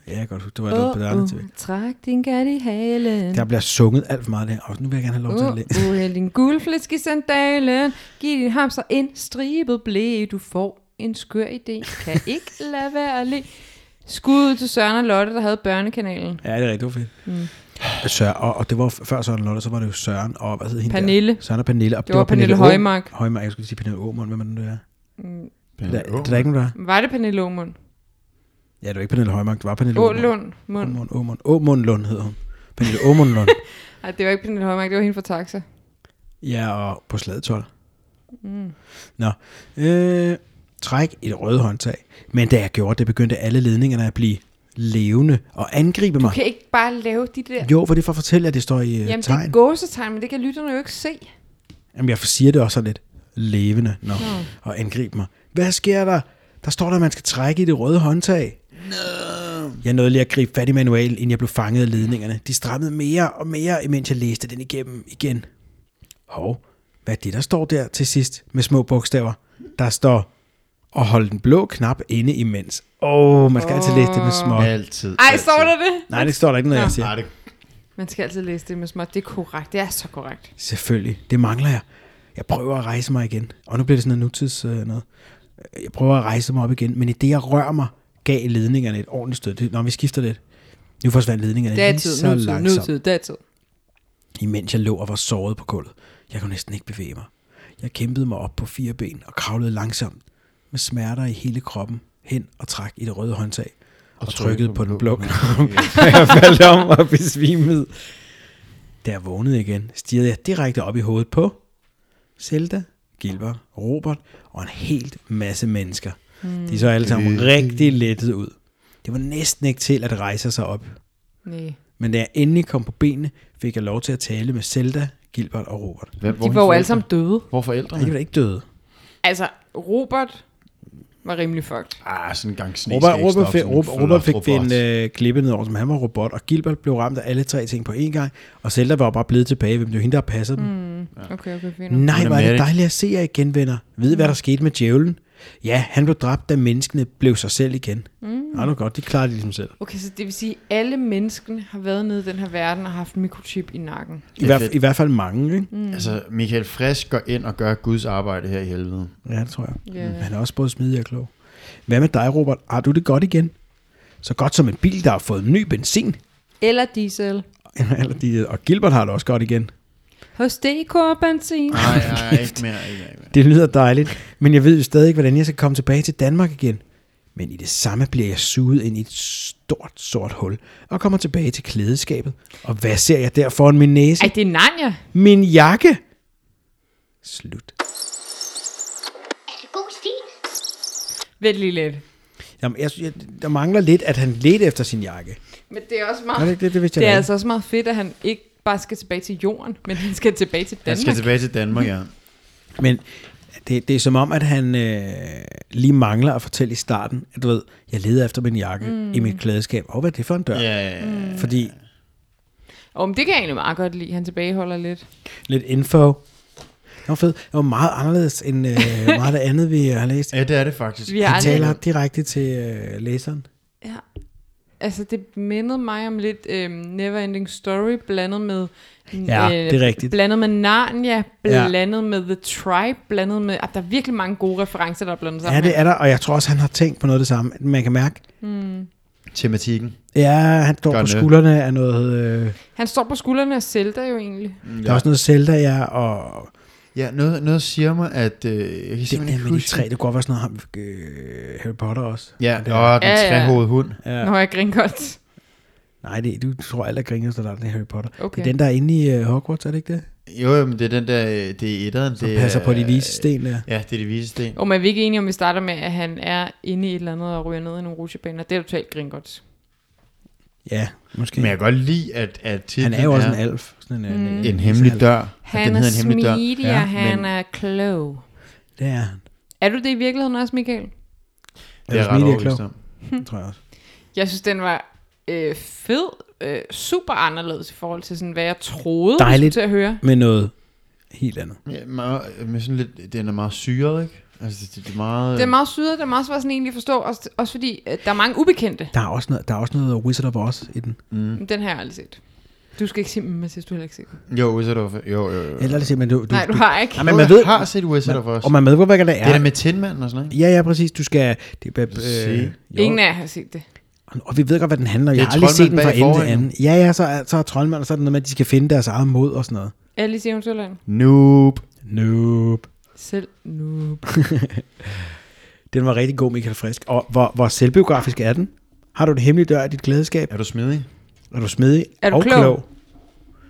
Speaker 2: Ja, jeg kan godt huske, det var noget på det
Speaker 4: Åh,
Speaker 2: andet
Speaker 4: åh,
Speaker 2: tv.
Speaker 4: træk din kat i halen.
Speaker 2: Der bliver sunget alt for meget der, og nu vil jeg gerne have lov til at
Speaker 4: Uh,
Speaker 2: læse. *laughs*
Speaker 4: uh, hæld din guldflæsk i sandalen. Giv din hamster en stribet blæ. Du får en skør idé. Kan ikke lade være at le. Skud ud til Søren og Lotte, der havde børnekanalen.
Speaker 2: Ja, det er rigtigt, det var fedt. Mm. Søren, og, og, det var jo f- før Søren Lotte, så var det jo Søren, og hvad hed hende
Speaker 4: Pernille.
Speaker 2: Der? Søren og Pernille. Og
Speaker 4: Det var Pernille
Speaker 2: Aam-
Speaker 4: Højmark.
Speaker 2: Højmark, jeg skulle sige Pernille Aamund, hvem er den der?
Speaker 3: Pernille
Speaker 2: Der, der,
Speaker 3: Aamund.
Speaker 2: der er ikke nogen, der er.
Speaker 4: Var det Pernille Aamund?
Speaker 2: Ja, det var ikke Pernille Højmark, det var Pernille Aamund.
Speaker 4: Ålund Mund.
Speaker 2: Aamund, Aamund, Aamund Lund hed hun. Pernille Aamund Lund.
Speaker 4: Ej, det var ikke Pernille Højmark, det var hende fra Taxa.
Speaker 2: ja, og på sladetol. Mm. Nå, øh, træk et rødt håndtag. Men da jeg gjorde det, begyndte alle ledningerne at blive levende og angribe mig.
Speaker 4: Du kan ikke bare lave de der...
Speaker 2: Jo, for det er for at fortælle, at det står i Jamen,
Speaker 4: Jamen, det er
Speaker 2: tegn.
Speaker 4: gåsetegn, men det kan lytterne jo ikke se.
Speaker 2: Jamen, jeg siger det også sådan lidt levende, når og angribe mig. Hvad sker der? Der står der, at man skal trække i det røde håndtag. No. Jeg nåede lige at gribe fat i manualen, inden jeg blev fanget af ledningerne. De strammede mere og mere, imens jeg læste den igennem igen. Hov, hvad er det, der står der til sidst med små bogstaver? Der står, og hold den blå knap inde imens. Åh, oh, man skal oh. altid læse det med små.
Speaker 3: Altid.
Speaker 4: Ej,
Speaker 3: altid.
Speaker 4: står der det?
Speaker 2: Nej, det står der ikke, når jeg siger.
Speaker 3: Nej, det
Speaker 4: Man skal altid læse det med smart. Det er korrekt. Det er så korrekt.
Speaker 2: Selvfølgelig. Det mangler jeg. Jeg prøver at rejse mig igen. Og nu bliver det sådan noget nutids øh, noget. Jeg prøver at rejse mig op igen, men i det, jeg rører mig, gav ledningerne et ordentligt stød. Det- Nå, vi skifter lidt. Nu forsvandt ledningerne lige
Speaker 4: Datid,
Speaker 2: så
Speaker 4: nutid,
Speaker 2: langsomt,
Speaker 4: nutid, datid.
Speaker 2: imens jeg lå og var såret på gulvet. Jeg kunne næsten ikke bevæge mig. Jeg kæmpede mig op på fire ben og kravlede langsomt med smerter i hele kroppen hen og trak i det røde håndtag og, og trykkede på den *laughs* blå knap. jeg faldt om og besvimede. Da jeg vågnede igen, stirrede jeg direkte op i hovedet på Zelda, Gilbert, Robert og en helt masse mennesker. Mm. De så alle sammen rigtig lettet ud. Det var næsten ikke til at rejse sig op.
Speaker 4: Nej.
Speaker 2: Men da jeg endelig kom på benene, fik jeg lov til at tale med Zelda, Gilbert og Robert.
Speaker 3: Hvem,
Speaker 4: De var jo alle sammen døde.
Speaker 3: Hvor
Speaker 2: Nej, de
Speaker 3: forældrene?
Speaker 2: var da ikke døde.
Speaker 4: Altså, Robert var rimelig fucked.
Speaker 3: Ah, sådan en gang sne
Speaker 2: Robert,
Speaker 3: skal ikke
Speaker 2: Robert,
Speaker 3: stoppe
Speaker 2: fik,
Speaker 3: sådan en
Speaker 2: Robert, Robert fik
Speaker 3: flot
Speaker 2: en
Speaker 3: robot.
Speaker 2: øh, klippe ned over, som han var robot, og Gilbert blev ramt af alle tre ting på én gang, og Zelda var jo bare blevet tilbage, hvem det var hende, der har passet mm. dem.
Speaker 4: Okay, okay, fint.
Speaker 2: Nej,
Speaker 3: Hun
Speaker 2: hvor
Speaker 3: er
Speaker 2: er
Speaker 3: mad,
Speaker 2: det
Speaker 3: ikke?
Speaker 2: dejligt at se jer igen, venner. Ved I, hvad der skete med djævlen? Ja, han blev dræbt, da menneskene blev sig selv igen. Mm. Ja, nu godt, de klarede det ligesom selv.
Speaker 4: Okay, så det vil sige, at alle menneskene har været nede i den her verden og haft en mikrochip i nakken.
Speaker 2: I,
Speaker 3: er
Speaker 2: hver,
Speaker 3: fedt.
Speaker 2: I hvert fald mange, ikke? Mm.
Speaker 3: Altså, Michael Frisk går ind og gør Guds arbejde her i helvede.
Speaker 2: Ja, det tror jeg.
Speaker 4: Ja.
Speaker 2: Yeah. Han er også både smidig og klog. Hvad med dig, Robert? Har du det godt igen? Så godt som en bil, der har fået ny benzin.
Speaker 4: Eller diesel.
Speaker 2: Eller de- og Gilbert har det også godt igen.
Speaker 4: Hos DK Benzin.
Speaker 3: Nej, nej, ikke mere, ikke mere, ikke mere.
Speaker 2: Det lyder dejligt, men jeg ved jo stadig ikke, hvordan jeg skal komme tilbage til Danmark igen. Men i det samme bliver jeg suget ind i et stort, sort hul, og kommer tilbage til klædeskabet. Og hvad ser jeg der foran min næse?
Speaker 4: Ej, det er Narnia.
Speaker 2: Min jakke! Slut.
Speaker 1: Er det god stil?
Speaker 4: Vent lige lidt.
Speaker 2: Jamen, jeg, sy- jeg, der mangler lidt, at han ledte efter sin jakke.
Speaker 4: Men det er også
Speaker 2: Er det
Speaker 4: meget...
Speaker 2: ikke det, det vidste jeg
Speaker 4: Det
Speaker 2: da
Speaker 4: er
Speaker 2: ikke.
Speaker 4: altså også meget fedt, at han ikke bare skal tilbage til jorden, men han skal tilbage til
Speaker 3: Han
Speaker 4: Danmark.
Speaker 3: skal tilbage til
Speaker 2: *laughs*
Speaker 3: Danmark, ja.
Speaker 2: Men det, det er som om, at han øh, lige mangler at fortælle i starten, at du ved, jeg leder efter min jakke mm. i mit klædeskab. Og hvad er det for en dør?
Speaker 3: Ja, ja, ja.
Speaker 2: Fordi
Speaker 4: Om det kan jeg egentlig meget godt lide. Han tilbageholder lidt.
Speaker 2: lidt info. Det var fedt. Det var meget anderledes end øh, *laughs* meget af det andet, vi har læst.
Speaker 3: Ja, det er det faktisk.
Speaker 4: Vi har
Speaker 2: De taler
Speaker 4: aldrig...
Speaker 2: direkte til øh, læseren.
Speaker 4: Ja. Altså, det mindede mig om lidt øhm, Neverending Story, blandet med... øh,
Speaker 2: Ja, det er rigtigt.
Speaker 4: Blandet med Narnia,
Speaker 2: Ja.
Speaker 4: blandet med The Tribe, blandet med... Ah, der er virkelig mange gode referencer, der er blandet sammen.
Speaker 2: Ja, det
Speaker 4: her.
Speaker 2: er der, og jeg tror også, han har tænkt på noget af det samme. Man kan mærke,
Speaker 3: Tematikken.
Speaker 2: ja, han står
Speaker 3: Gør
Speaker 2: på
Speaker 3: det.
Speaker 2: skuldrene af noget... Øh,
Speaker 4: Han står på skuldrene af Zelda jo egentlig.
Speaker 2: der er også noget Zelda, ja, og
Speaker 3: Ja, noget, noget siger mig, at... Øh, jeg kan
Speaker 2: det der
Speaker 3: simpelthen ikke
Speaker 2: med de
Speaker 3: huske...
Speaker 2: tre, det kunne godt være sådan noget ham, øh, Harry Potter også.
Speaker 3: Ja,
Speaker 2: Det er-
Speaker 3: og den
Speaker 4: Ja, ja.
Speaker 3: trehovede hund.
Speaker 4: Ja. Nå, jeg griner godt.
Speaker 2: Nej, det, du tror alle, der griner, så der er den Harry Potter.
Speaker 4: Okay.
Speaker 2: Det er den, der er inde i øh, Hogwarts, er det ikke det?
Speaker 3: Jo, jo, men det er den der... øh, Det er etteren.
Speaker 2: Som
Speaker 3: det
Speaker 2: passer
Speaker 3: er,
Speaker 2: på de vise sten der.
Speaker 3: Ja, det er de vise sten.
Speaker 4: Og man er vi ikke enige om, vi starter med, at han er inde i et eller andet og ryger ned i nogle rutsjebaner. Det er totalt grin godt.
Speaker 2: Ja, måske.
Speaker 3: Men jeg kan godt lide, at, at titlen
Speaker 2: Han er jo også en alf. Sådan en, mm.
Speaker 3: en hemmelig dør.
Speaker 4: Han
Speaker 3: den
Speaker 4: er
Speaker 3: hedder en hemmelig dør.
Speaker 4: smidig, ja,
Speaker 2: Ja,
Speaker 4: og han
Speaker 3: men-
Speaker 4: er klog.
Speaker 2: Det er han.
Speaker 4: Er du det i virkeligheden også, Michael?
Speaker 3: Det er
Speaker 2: smidig
Speaker 3: jeg ret
Speaker 2: og
Speaker 3: overbevist
Speaker 2: klog.
Speaker 3: om.
Speaker 2: tror jeg også.
Speaker 4: Jeg synes, den var øh, fed, øh, super anderledes i forhold til, sådan, hvad jeg troede, vi skulle
Speaker 2: Dejligt.
Speaker 4: til at høre.
Speaker 2: med noget helt andet.
Speaker 3: Ja, meget, med sådan lidt, den er meget syret, ikke? Altså, det, det er meget...
Speaker 4: Det
Speaker 2: Mm.
Speaker 4: er meget syret, det er meget svært sådan egentlig at forstå, også, også fordi øh, der er mange ubekendte.
Speaker 2: Der er også noget, der er også noget Wizard of Oz i den.
Speaker 4: Mm. Den har jeg aldrig set. Du skal ikke sige, men jeg synes, du heller ikke set den.
Speaker 3: øh, Jo, Wizard of... Jo, jo, jo.
Speaker 2: Jeg lader det se, men du, du,
Speaker 4: Nej, du har ikke.
Speaker 2: Nej,
Speaker 3: men man ved... Jeg har set Wizard of Oz.
Speaker 2: og man ved godt, hvad der
Speaker 3: Det er
Speaker 2: er.
Speaker 3: da med Tinmanden og sådan noget, ikke?
Speaker 2: Ja, ja, præcis. Du skal... Det, er-
Speaker 3: Se.
Speaker 2: øh, jo.
Speaker 4: Ingen af jer har set det.
Speaker 2: og vi ved godt, hvad den handler. om.
Speaker 3: Det
Speaker 2: Jeg
Speaker 3: er
Speaker 2: har aldrig set den
Speaker 3: troldmand
Speaker 2: fra
Speaker 3: bag
Speaker 2: ende til
Speaker 3: forhængen.
Speaker 2: anden. Ja, ja, så er, så er troldmand, og så er det noget med, at de skal finde deres eget mod og sådan noget.
Speaker 4: Alice i Eventyrland.
Speaker 3: Noob.
Speaker 2: Nope.
Speaker 4: Selv nu.
Speaker 2: Den var rigtig god, Michael Frisk. Og hvor, hvor selvbiografisk er den? Har du et hemmeligt dør i dit glædeskab?
Speaker 3: Er du smidig?
Speaker 2: Er du smedig
Speaker 4: Er du
Speaker 2: og
Speaker 4: klog?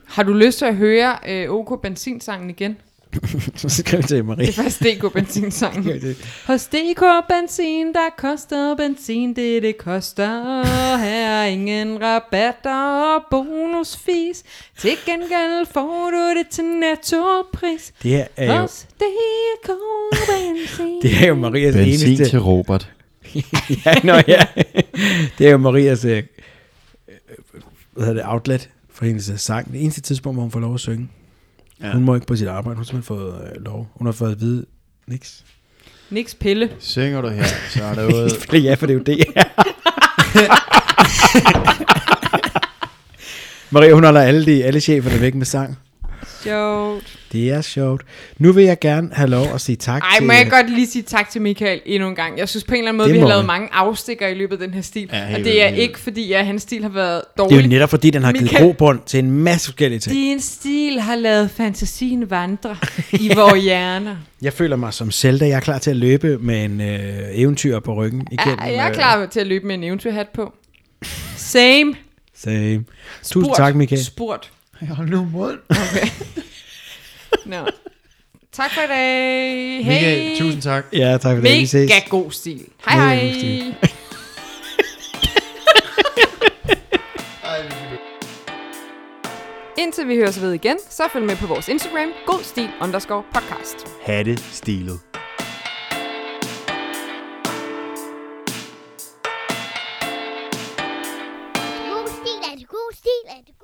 Speaker 4: Har du lyst til at høre øh, OK Benzinsangen igen?
Speaker 2: *laughs* så skriv til
Speaker 4: Det
Speaker 2: Marie.
Speaker 4: er faktisk DK Benzinsangen. Hos DK Benzin, der koster benzin det, det koster. Her er ingen rabatter og bonusfis. Til gengæld får du det til nettopris.
Speaker 2: Det her er jo,
Speaker 4: Hos DK
Speaker 2: *laughs*
Speaker 4: Benzin.
Speaker 2: det er jo Marias
Speaker 5: Benzin
Speaker 2: eneste...
Speaker 5: til Robert.
Speaker 2: *laughs* ja, nå, ja. Det er jo Marias øh, øh, hvad hedder det, outlet for hendes øh, sang. Det eneste tidspunkt, hvor hun får lov at synge. Ja.
Speaker 3: Ja.
Speaker 2: Hun må ikke på sit arbejde. Hun har simpelthen fået øh, lov. Hun har fået at vide *laughs* niks.
Speaker 4: Niks pille.
Speaker 3: Synger du her, så *laughs* er der ude...
Speaker 2: ja, for det er jo det. *laughs* Maria, hun holder alle, de, alle cheferne væk med sang.
Speaker 4: Sjovt.
Speaker 2: Det er sjovt. Nu vil jeg gerne have lov at sige tak
Speaker 4: Ej,
Speaker 2: til...
Speaker 4: må jeg godt lige sige tak til Michael endnu en gang. Jeg synes på en eller anden måde,
Speaker 2: Det
Speaker 4: vi har
Speaker 2: må
Speaker 4: lavet
Speaker 2: vi.
Speaker 4: mange afstikker i løbet af den her stil.
Speaker 3: Ja,
Speaker 4: og
Speaker 3: helt vildt,
Speaker 4: det er
Speaker 3: helt
Speaker 4: ikke, fordi ja, hans stil har været dårlig.
Speaker 2: Det er jo netop fordi, den har givet
Speaker 4: Michael-
Speaker 2: grobund til en masse forskellige ting.
Speaker 4: Din stil har lavet
Speaker 2: *laughs*
Speaker 4: fantasien vandre i vores hjerner.
Speaker 2: Jeg føler mig som Zelda. Jeg er klar til at løbe med en øh, eventyr på ryggen. Igennem,
Speaker 4: Ja, jeg er
Speaker 2: øh,
Speaker 4: klar til at løbe med en eventyrhat på. Same.
Speaker 2: Same.
Speaker 4: Spurt.
Speaker 2: Tusind tak, Michael.
Speaker 4: Spurt.
Speaker 3: Hold nu mod.
Speaker 2: *laughs*
Speaker 4: Okay. Nå. Tak for i dag. Hej.
Speaker 3: Michael, tusind tak.
Speaker 2: Ja, tak for det. Vi ses.
Speaker 4: Mega god stil. Hej
Speaker 2: Mega
Speaker 4: hej.
Speaker 2: god stil.
Speaker 4: *laughs* Indtil vi høres ved igen, så følg med på vores Instagram, godstil underscore podcast.
Speaker 3: Ha' det stilet.
Speaker 1: god stil, er det god stil, er det